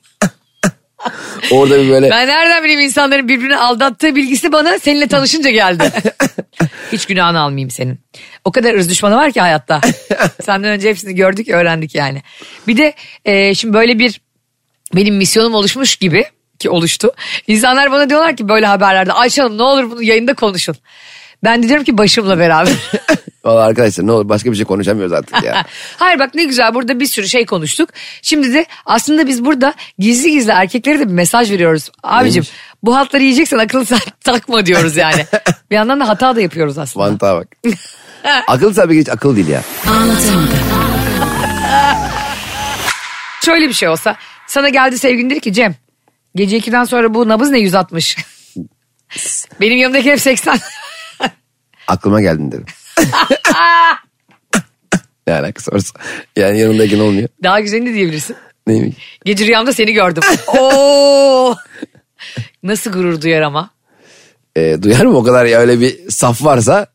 Speaker 3: Orada bir böyle...
Speaker 2: Ben nereden bileyim insanların birbirini aldattığı bilgisi bana seninle tanışınca geldi. Hiç günahını almayayım senin. O kadar ırz düşmanı var ki hayatta. Senden önce hepsini gördük öğrendik yani. Bir de e, şimdi böyle bir benim misyonum oluşmuş gibi ki oluştu. İnsanlar bana diyorlar ki böyle haberlerde Ayşe Hanım ne olur bunu yayında konuşun. Ben de diyorum ki başımla beraber.
Speaker 3: Vallahi arkadaşlar ne olur başka bir şey konuşamıyoruz
Speaker 2: (laughs)
Speaker 3: artık ya.
Speaker 2: Hayır bak ne güzel burada bir sürü şey konuştuk. Şimdi de aslında biz burada gizli gizli erkeklere de bir mesaj veriyoruz. Abicim
Speaker 3: Neymiş?
Speaker 2: bu hatları yiyeceksen akıllı saat (laughs) takma diyoruz yani. bir yandan da hata da yapıyoruz aslında. (laughs)
Speaker 3: Mantığa bak. akıl tabii ki hiç akıl değil ya.
Speaker 2: Şöyle bir şey olsa sana geldi sevgilin dedi ki Cem gece 2'den sonra bu nabız ne 160. (laughs) Benim yanımdaki hep 80.
Speaker 3: Aklıma geldin derim. (laughs) ne alakası varsa. Yani yanındaki ne olmuyor?
Speaker 2: (laughs) Daha güzelini de diyebilirsin.
Speaker 3: Neymiş?
Speaker 2: Gece rüyamda seni
Speaker 3: (laughs)
Speaker 2: gördüm. Oo! Nasıl gurur duyar ama.
Speaker 3: Ee, duyar mı o kadar ya öyle bir saf varsa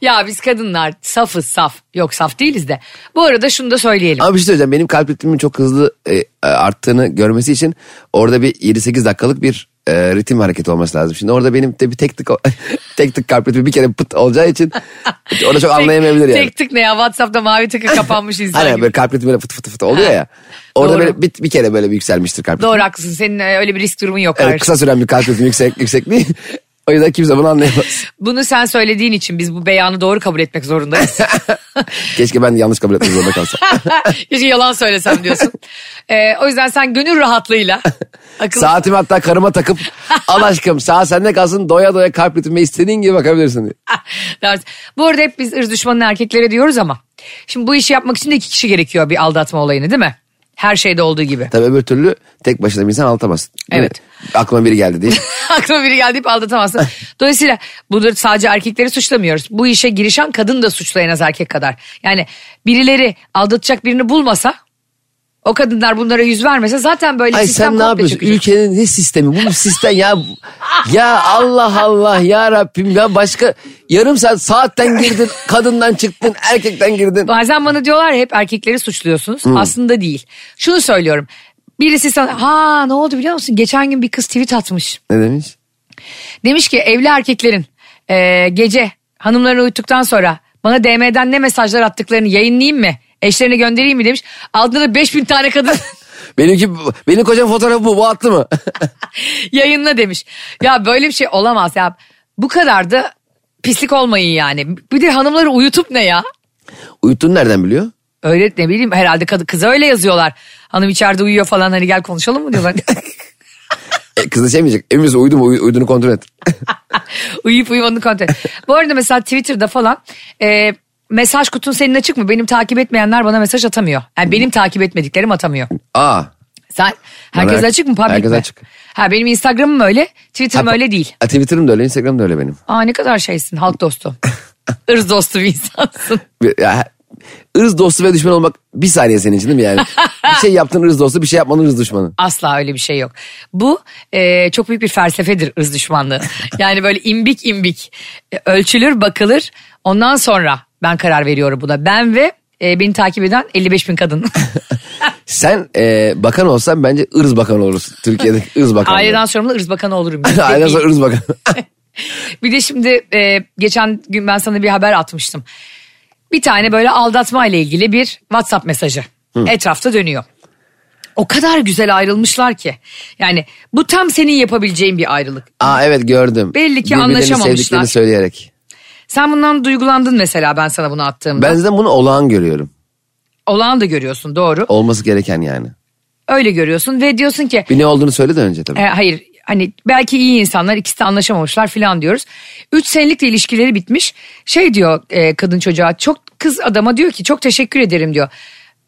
Speaker 2: Ya biz kadınlar safız saf. Yok saf değiliz de. Bu arada şunu da söyleyelim.
Speaker 3: Ama bir şey söyleyeceğim. Benim kalp ritmimin çok hızlı e, arttığını görmesi için orada bir 7-8 dakikalık bir e, ritim hareketi olması lazım. Şimdi orada benim de bir tek tık, (laughs) tek tık kalp ritmi bir kere pıt olacağı için (laughs) orada çok anlayamayabilir yani.
Speaker 2: Tek tık ne ya WhatsApp'ta mavi tıkı
Speaker 3: (laughs)
Speaker 2: kapanmış insan
Speaker 3: Hani
Speaker 2: gibi.
Speaker 3: böyle kalp ritmi böyle fıt fıt fıt oluyor ya. Orada
Speaker 2: Doğru.
Speaker 3: böyle bir, bir kere böyle bir yükselmiştir kalp ritmi.
Speaker 2: Doğru haklısın senin e, öyle bir risk durumun yok.
Speaker 3: Yani
Speaker 2: hayır.
Speaker 3: kısa süren bir kalp ritmi yüksek, yüksekliği. (laughs) O yüzden kimse bunu anlayamaz.
Speaker 2: Bunu sen söylediğin için biz bu beyanı doğru kabul etmek
Speaker 3: (laughs)
Speaker 2: zorundayız. (laughs)
Speaker 3: Keşke ben de yanlış kabul etmek zorunda kalsam.
Speaker 2: Keşke yalan söylesem
Speaker 3: (laughs)
Speaker 2: diyorsun. E, o yüzden sen gönül rahatlığıyla akıllı (laughs)
Speaker 3: Saatimi hatta karıma takıp al aşkım saat sende kalsın doya doya kalp ritmime istediğin gibi bakabilirsin diye.
Speaker 2: ders. Bu arada hep biz ırz düşmanı erkeklere diyoruz ama. Şimdi bu işi yapmak için de iki kişi gerekiyor bir aldatma olayını değil mi? Her şeyde olduğu gibi.
Speaker 3: Tabii öbür türlü tek başına bir insan aldatamaz. değil mi?
Speaker 2: Evet.
Speaker 3: Aklıma biri
Speaker 2: (laughs)
Speaker 3: geldi diye.
Speaker 2: Aklıma biri geldi deyip aldatamazsın. Dolayısıyla bunu sadece erkekleri suçlamıyoruz. Bu işe girişen kadın da suçlu en az erkek kadar. Yani birileri aldatacak birini bulmasa o kadınlar bunlara yüz vermese zaten böyle
Speaker 3: Ay
Speaker 2: sistem
Speaker 3: sen ne
Speaker 2: komple
Speaker 3: yapıyorsun?
Speaker 2: çökecek.
Speaker 3: Ülkenin ne sistemi? Bu bir sistem ya. Ya Allah Allah ya Rabbim ya başka yarım saat saatten girdin, kadından çıktın, erkekten girdin.
Speaker 2: Bazen bana diyorlar ya, hep erkekleri suçluyorsunuz.
Speaker 3: Hmm.
Speaker 2: Aslında değil. Şunu söylüyorum. Birisi sana ha ne oldu biliyor musun? Geçen gün bir kız tweet atmış.
Speaker 3: Ne demiş?
Speaker 2: Demiş ki evli erkeklerin eee, gece hanımlarını uyuttuktan sonra bana DM'den ne mesajlar attıklarını yayınlayayım mı? Eşlerine göndereyim mi demiş. Altında da 5000 tane kadın (laughs)
Speaker 3: Benimki benim kocam fotoğrafı bu. Bu attı mı? (laughs)
Speaker 2: yayınla demiş. Ya böyle bir şey olamaz ya. Bu kadar da pislik olmayın yani. Bir de hanımları uyutup ne ya?
Speaker 3: Uyuttun nereden biliyor?
Speaker 2: Öyle ne bileyim herhalde kadı kıza öyle yazıyorlar. Hanım içeride uyuyor falan hani gel konuşalım mı diyorlar.
Speaker 3: E, kız da şey mi diyecek? Emin misin uyudu mu? Uy- Uyuduğunu kontrol et. (laughs)
Speaker 2: (laughs) Uyuyup uyumadığını kontrol. et. Bu arada mesela Twitter'da falan e, mesaj kutun senin açık mı? Benim takip etmeyenler bana mesaj atamıyor. Yani benim takip etmediklerim atamıyor.
Speaker 3: Aa.
Speaker 2: Sen herkes
Speaker 3: Bana-
Speaker 2: açık mı? Public
Speaker 3: herkes
Speaker 2: mi?
Speaker 3: açık.
Speaker 2: Ha benim Instagram'ım öyle, Twitter'ım
Speaker 3: Ha,
Speaker 2: öyle değil.
Speaker 3: Ha, Twitter'ım da öyle, Instagram'ım da öyle benim.
Speaker 2: Aa ne kadar şeysin halk
Speaker 3: (laughs)
Speaker 2: dostu. Irz dostu bir insansın.
Speaker 3: Bir- Ya, ırz dostu ve düşman olmak bir saniye senin için değil mi yani?
Speaker 2: (laughs)
Speaker 3: bir şey yaptın ırz dostu, bir şey yapmadın ırz düşmanı.
Speaker 2: Asla öyle bir şey yok. Bu e, çok büyük bir felsefedir ırz
Speaker 3: (laughs)
Speaker 2: düşmanlığı. Yani böyle imbik imbik e, ölçülür bakılır. Ondan sonra ben karar veriyorum buna. Ben ve e, beni takip eden 55 bin kadın.
Speaker 3: (laughs) Sen e, bakan olsan bence ırz bakanı olursun. Türkiye'deki ırz bakanı. (laughs)
Speaker 2: Aileden sorumlu ırz bakanı olurum.
Speaker 3: Aileden sonra ırz bakanı.
Speaker 2: Bir de şimdi e, geçen gün ben sana bir haber atmıştım. Bir tane böyle aldatma ile ilgili bir WhatsApp mesajı etrafta dönüyor. O kadar güzel ayrılmışlar ki. Yani bu tam senin yapabileceğin bir ayrılık.
Speaker 3: (laughs) Aa evet gördüm.
Speaker 2: Belli ki
Speaker 3: Birbirlerini
Speaker 2: anlaşamamışlar.
Speaker 3: sevdiklerini söyleyerek.
Speaker 2: Sen bundan duygulandın mesela ben sana bunu attığımda.
Speaker 3: Ben zaten bunu olağan görüyorum.
Speaker 2: Olağan da görüyorsun doğru.
Speaker 3: Olması gereken yani.
Speaker 2: Öyle görüyorsun ve diyorsun ki
Speaker 3: Bir ne olduğunu söyle de önce tabii.
Speaker 2: E, hayır hani belki iyi insanlar ikisi de anlaşamamışlar filan diyoruz. Üç senelik de ilişkileri bitmiş. Şey diyor e, kadın çocuğa çok kız adama diyor ki çok teşekkür ederim diyor.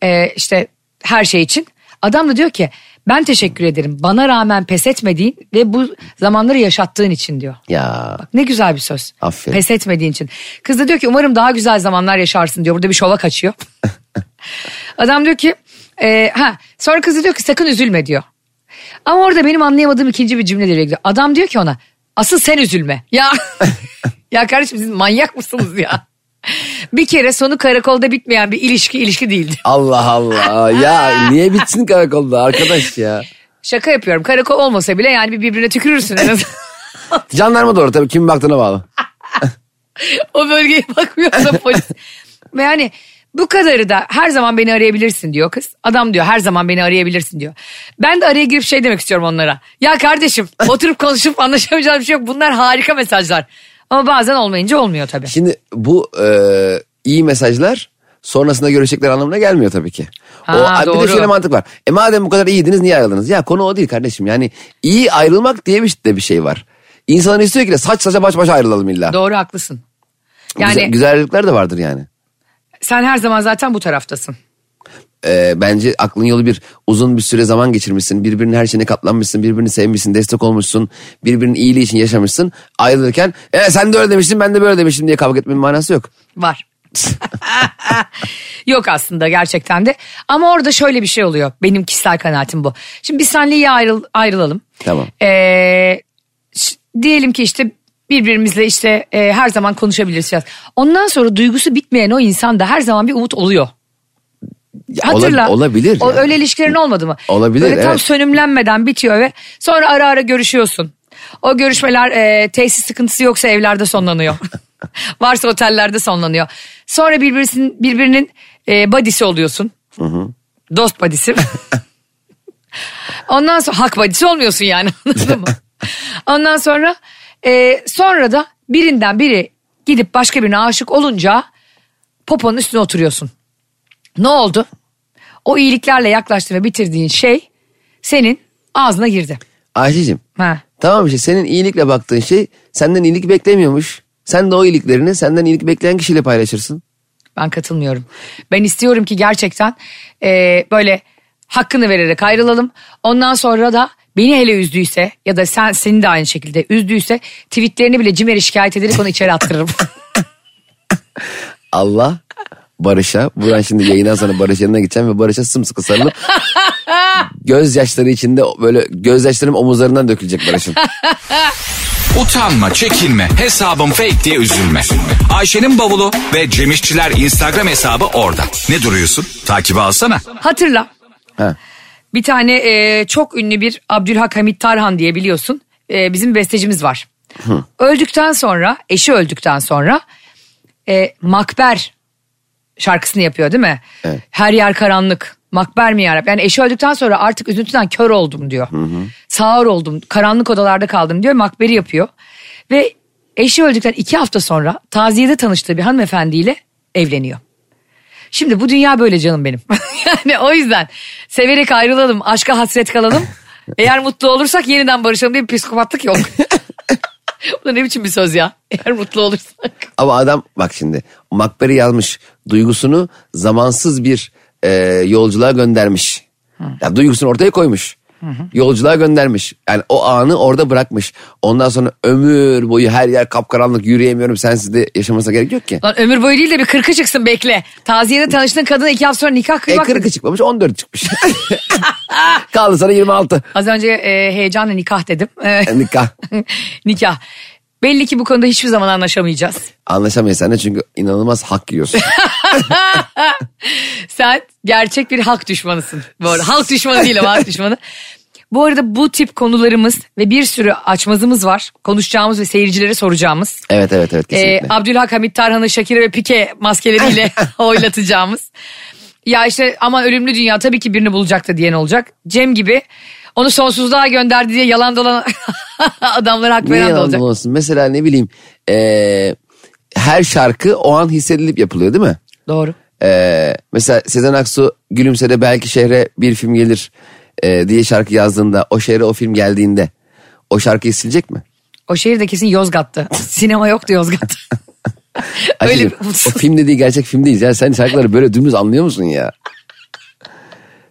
Speaker 2: E, işte her şey için. Adam da diyor ki ben teşekkür ederim bana rağmen pes etmediğin ve bu zamanları yaşattığın için diyor.
Speaker 3: Ya
Speaker 2: Ne güzel bir söz.
Speaker 3: Aferin.
Speaker 2: Pes etmediğin için. Kız da diyor ki umarım daha güzel zamanlar yaşarsın diyor. Burada bir şova kaçıyor. Adam diyor ki e, ha sonra kız da diyor ki sakın üzülme diyor. Ama orada benim anlayamadığım ikinci bir cümle devreye giriyor. Adam diyor ki ona asıl sen üzülme. Ya ya kardeşim siz manyak mısınız ya? bir kere sonu karakolda bitmeyen bir ilişki ilişki değildi.
Speaker 3: Allah Allah. Ya niye bitsin karakolda arkadaş ya.
Speaker 2: Şaka yapıyorum. Karakol olmasa bile yani bir birbirine tükürürsün en azından.
Speaker 3: Jandarma doğru tabii kim baktığına bağlı.
Speaker 2: o bölgeye (laughs) bakmıyorsa polis. Ve yani bu kadarı da her zaman beni arayabilirsin diyor kız. Adam diyor her zaman beni arayabilirsin diyor. Ben de araya girip şey demek istiyorum onlara. Ya kardeşim (laughs) oturup konuşup anlaşamayacağımız bir şey yok. Bunlar harika mesajlar. Ama bazen olmayınca olmuyor tabii.
Speaker 3: Şimdi bu e, iyi mesajlar sonrasında görüşecekler anlamına gelmiyor tabii ki.
Speaker 2: Ha,
Speaker 3: o, Bir
Speaker 2: doğru.
Speaker 3: de şöyle mantık var. E madem bu kadar iyiydiniz niye ayrıldınız? Ya konu o değil kardeşim. Yani iyi ayrılmak diye bir, de bir şey var. İnsanlar istiyor ki de saç saça baş başa ayrılalım illa.
Speaker 2: Doğru haklısın. Yani
Speaker 3: Güzel- güzellikler de vardır yani.
Speaker 2: sen her zaman zaten bu taraftasın.
Speaker 3: E, bence aklın yolu bir uzun bir süre zaman geçirmişsin. Birbirinin her şeyine katlanmışsın. Birbirini sevmişsin. Destek olmuşsun. Birbirinin iyiliği için yaşamışsın. Ayrılırken e, sen de öyle demiştin ben de böyle demiştim diye kavga etmenin manası yok.
Speaker 2: Var. (laughs) Yok aslında gerçekten de. Ama orada şöyle bir şey oluyor. Benim kişisel kanaatim bu. Şimdi biz seninle iyi ayrıl, ayrılalım.
Speaker 3: Tamam.
Speaker 2: Ee, ş- diyelim ki işte birbirimizle işte e, her zaman konuşabiliriz. falan. Ondan sonra duygusu bitmeyen o insanda her zaman bir umut oluyor.
Speaker 3: Ya, ola-
Speaker 2: Hatırla.
Speaker 3: olabilir.
Speaker 2: O,
Speaker 3: yani.
Speaker 2: Öyle ilişkilerin olmadı mı?
Speaker 3: Olabilir,
Speaker 2: Böyle tam
Speaker 3: evet.
Speaker 2: sönümlenmeden bitiyor ve sonra ara ara görüşüyorsun. O görüşmeler e, tesis sıkıntısı yoksa evlerde
Speaker 3: (laughs)
Speaker 2: sonlanıyor. Varsa otellerde sonlanıyor. Sonra birbirinin, birbirinin e, badisi oluyorsun. Dost
Speaker 3: (laughs)
Speaker 2: badisi. Ondan sonra hak badisi olmuyorsun yani (laughs) anladın
Speaker 3: (laughs)
Speaker 2: mı? Ondan sonra e, sonra da birinden biri gidip başka birine aşık olunca poponun üstüne oturuyorsun. Ne oldu? O iyiliklerle yaklaştığın ve bitirdiğin şey senin ağzına girdi.
Speaker 3: Ayşe'cim
Speaker 2: Ha.
Speaker 3: Tamam işte senin iyilikle baktığın şey senden iyilik beklemiyormuş. Sen de o iyiliklerini senden iyilik bekleyen kişiyle paylaşırsın.
Speaker 2: Ben katılmıyorum. Ben istiyorum ki gerçekten e, böyle hakkını vererek ayrılalım. Ondan sonra da beni hele üzdüyse ya da sen seni de aynı şekilde üzdüyse tweetlerini bile Cimer'e şikayet ederek onu içeri attırırım.
Speaker 3: Allah Barış'a buradan şimdi yayından sonra Barış yanına gideceğim ve Barış'a sımsıkı sarılıp gözyaşları içinde böyle gözyaşlarım omuzlarından dökülecek Barış'ın.
Speaker 1: Utanma, çekinme, hesabım fake diye üzülme. Ayşe'nin bavulu ve Cemişçiler Instagram hesabı orada. Ne duruyorsun? Takibi alsana.
Speaker 2: Hatırla.
Speaker 3: Ha.
Speaker 2: Bir tane e, çok ünlü bir Abdülhak Hamit Tarhan diye biliyorsun. E, bizim bestecimiz var. Öldükten sonra, eşi öldükten sonra e, Makber şarkısını yapıyor değil mi?
Speaker 3: Evet.
Speaker 2: Her yer karanlık. Makber mi yarabbim? Yani eşi öldükten sonra artık üzüntüden kör oldum diyor. Sağır oldum, karanlık odalarda kaldım diyor. Makber'i yapıyor. Ve eşi öldükten iki hafta sonra taziyede tanıştığı bir hanımefendiyle evleniyor. Şimdi bu dünya böyle canım benim. (laughs) yani o yüzden severek ayrılalım, aşka hasret kalalım. Eğer mutlu olursak yeniden barışalım diye bir psikopatlık yok. (laughs) bu da ne biçim bir söz ya? Eğer mutlu olursak.
Speaker 3: Ama adam bak şimdi Makber'i yazmış duygusunu zamansız bir e, yolculuğa göndermiş. Ya duygusunu ortaya koymuş. Yolculuğa göndermiş. Yani o anı orada bırakmış. Ondan sonra ömür boyu her yer kapkaranlık yürüyemiyorum sensiz de yaşamasına gerek yok ki.
Speaker 2: Lan ömür boyu değil de bir kırkı çıksın bekle. Taziyede tanıştığın kadına iki hafta sonra nikah
Speaker 3: E
Speaker 2: kıymak.
Speaker 3: 40'ı çıkmamış 14 çıkmış. (laughs) Kaldı sana 26.
Speaker 2: Az önce e, heyecanla nikah dedim. (laughs) E,
Speaker 3: Nikah.
Speaker 2: nikah. Belli ki bu konuda hiçbir zaman anlaşamayacağız.
Speaker 3: Anlaşamayız seninle çünkü inanılmaz hak yiyorsun.
Speaker 2: Sen gerçek bir halk düşmanısın. Bu arada halk düşmanı değil ama halk
Speaker 3: (laughs)
Speaker 2: düşmanı. Bu arada bu tip konularımız ve bir sürü açmazımız var. Konuşacağımız ve seyircilere soracağımız.
Speaker 3: evet evet evet
Speaker 2: Ee,
Speaker 3: kesinlikle.
Speaker 2: Abdülhak Hamit Tarhan'ı Şakir ve Pike
Speaker 3: (laughs)
Speaker 2: maskeleriyle (laughs) oylatacağımız. Ya işte ama ölümlü dünya tabii ki birini bulacaktı diyen olacak. Cem gibi onu sonsuzluğa gönderdi diye yalan dolan (laughs) adamlar hak
Speaker 3: Niye
Speaker 2: veren de
Speaker 3: yalan
Speaker 2: olacak.
Speaker 3: olsun? Mesela ne bileyim e, her şarkı o an hissedilip yapılıyor değil mi?
Speaker 2: Doğru.
Speaker 3: Ee, mesela Sezen Aksu gülümse de belki şehre bir film gelir e, diye şarkı yazdığında o şehre o film geldiğinde o şarkıyı silecek mi?
Speaker 2: O şehirde kesin Yozgat'tı. (laughs) Sinema yoktu Yozgat'ta. (laughs)
Speaker 3: (laughs)
Speaker 2: Öyle
Speaker 3: Ayşe'cim,
Speaker 2: bir-
Speaker 3: o film dediği gerçek film değil. Ya sen şarkıları böyle dümdüz anlıyor musun ya?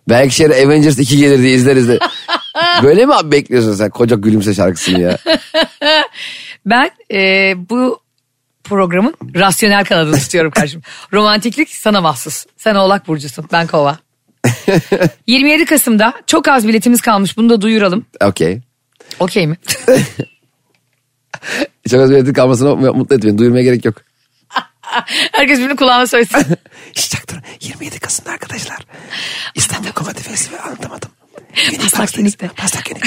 Speaker 3: Belki şehre Avengers 2 gelir diye
Speaker 2: (laughs)
Speaker 3: izleriz de. Böyle mi abi bekliyorsun sen koca gülümse şarkısını ya?
Speaker 2: Ben e, bu programın rasyonel
Speaker 3: (laughs)
Speaker 2: kanadını tutuyorum karşım. Romantiklik sana mahsus. Sen oğlak burcusun ben
Speaker 3: (laughs)
Speaker 2: kova. 27 Kasım'da çok az biletimiz kalmış bunu da duyuralım.
Speaker 3: Okey.
Speaker 2: Okey
Speaker 3: (laughs)
Speaker 2: mi?
Speaker 3: Çok az bir kalmasına mutlu et beni. Duyurmaya gerek yok.
Speaker 2: Herkes birinin kulağına
Speaker 3: (laughs)
Speaker 2: söylesin.
Speaker 3: Şişak durun. 27 Kasım'da arkadaşlar. İstanbul Komedi Festivali anlatamadım.
Speaker 2: Pastakinik'te. (laughs)
Speaker 3: Pastakinik.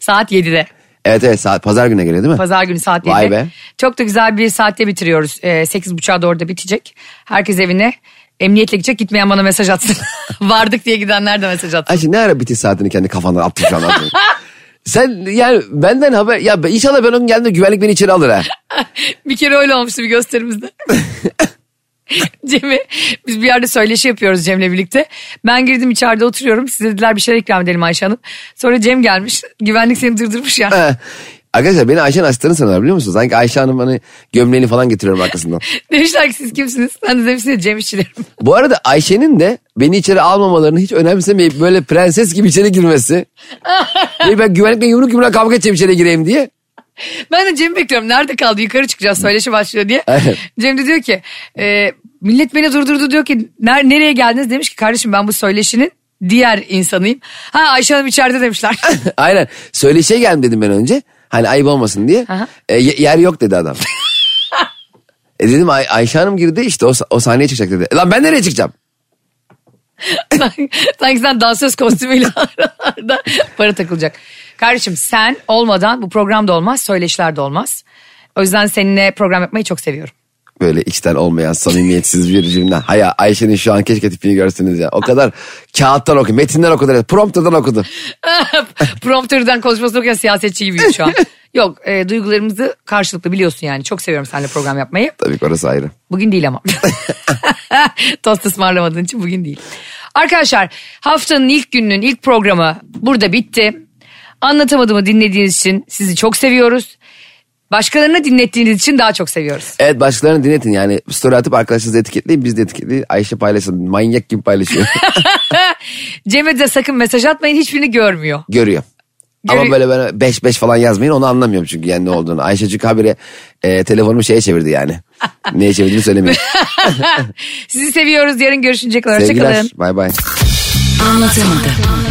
Speaker 2: saat 7'de.
Speaker 3: evet evet saat pazar gününe geliyor değil mi?
Speaker 2: Pazar günü saat 7'de.
Speaker 3: Vay be.
Speaker 2: Çok da güzel bir saatte bitiriyoruz. E, 8.30'a doğru da bitecek. Herkes evine emniyetle gidecek. Gitmeyen bana mesaj atsın. (laughs) Vardık diye gidenler de mesaj atsın.
Speaker 3: Ayşe ne ara bitiş saatini kendi kafandan attın şu an. anlıyorum. Sen yani benden haber ya ben- inşallah ben onun geldiğinde güvenlik beni içeri alır ha.
Speaker 2: (laughs) Bir kere öyle olmuştu bir gösterimizde. Cem'i biz bir yerde söyleşi yapıyoruz Cem'le birlikte. Ben girdim içeride oturuyorum. Size dediler bir şeyler ikram edelim Ayşe Hanım. Sonra Cem gelmiş. Güvenlik seni durdurmuş ya.
Speaker 3: Ha. Arkadaşlar beni Ayşe'nin asistanı sanırlar biliyor musunuz? Sanki Ayşe Hanım hani gömleğini falan getiriyorum arkasından.
Speaker 2: (laughs) Demişler ki siz kimsiniz? Ben de demiştim ya, Cem işçilerim. (laughs)
Speaker 3: Bu arada Ayşe'nin de beni içeri almamalarını hiç önemsemeyip böyle prenses gibi içeri girmesi. Ve ben güvenlikle yumruk yumruğa kavga edeceğim içeri gireyim diye.
Speaker 2: Ben de Cem'i bekliyorum. Nerede kaldı? Yukarı çıkacağız. Söyleşi başlıyor diye.
Speaker 3: Evet.
Speaker 2: Cem de diyor ki e, millet beni durdurdu diyor ki "Ner- nereye geldiniz? Demiş ki kardeşim ben bu söyleşinin diğer insanıyım. Ha Ayşe Hanım içeride demişler.
Speaker 3: (laughs) Aynen. Söyleşe geldim dedim ben önce. Hani ayıp olmasın diye.
Speaker 2: Aha.
Speaker 3: E, ye- yer yok dedi adam. e dedim Ay- Ayşe Hanım girdi işte o, sa- o sahneye çıkacak dedi. E lan ben nereye çıkacağım?
Speaker 2: Sanki- Sanki sen dansöz kostümüyle aralarda para takılacak. Kardeşim sen olmadan bu program da olmaz, söyleşiler de olmaz. O yüzden seninle program yapmayı çok seviyorum. (laughs)
Speaker 3: Böyle içten olmayan samimiyetsiz bir cümle. Haya Ayşe'nin şu an keşke tipini görseniz ya. O kadar kağıttan okudu, metinden okudu, prompterdan okudu.
Speaker 2: Promptörden konuşmasını okuyan siyasetçi gibiyim şu an. Yok e, duygularımızı karşılıklı biliyorsun yani. Çok seviyorum seninle program yapmayı.
Speaker 3: Tabii ki orası ayrı.
Speaker 2: Bugün değil ama. Tost ısmarlamadığın için bugün değil. Arkadaşlar haftanın ilk gününün ilk programı burada bitti. Anlatamadığımı dinlediğiniz için sizi çok seviyoruz. Başkalarına dinlettiğiniz için daha çok seviyoruz.
Speaker 3: Evet başkalarını dinletin yani story atıp arkadaşınızı etiketleyin biz de etiketleyin. Ayşe paylaşsın manyak gibi paylaşıyor.
Speaker 2: Cem'e de sakın mesaj atmayın hiçbirini görmüyor.
Speaker 3: Görüyor. Ama
Speaker 2: Görüyor.
Speaker 3: böyle ben 5 5 falan yazmayın onu anlamıyorum çünkü yani ne olduğunu. Ayşecik habire e, telefonumu şeye çevirdi yani. Neye çevirdiğimi söylemiyor.
Speaker 2: Sizi seviyoruz. Yarın görüşünceye kadar.
Speaker 3: Sevgiler.
Speaker 2: Hoşçakalın.
Speaker 3: Bay bay.
Speaker 4: Anlatamadım.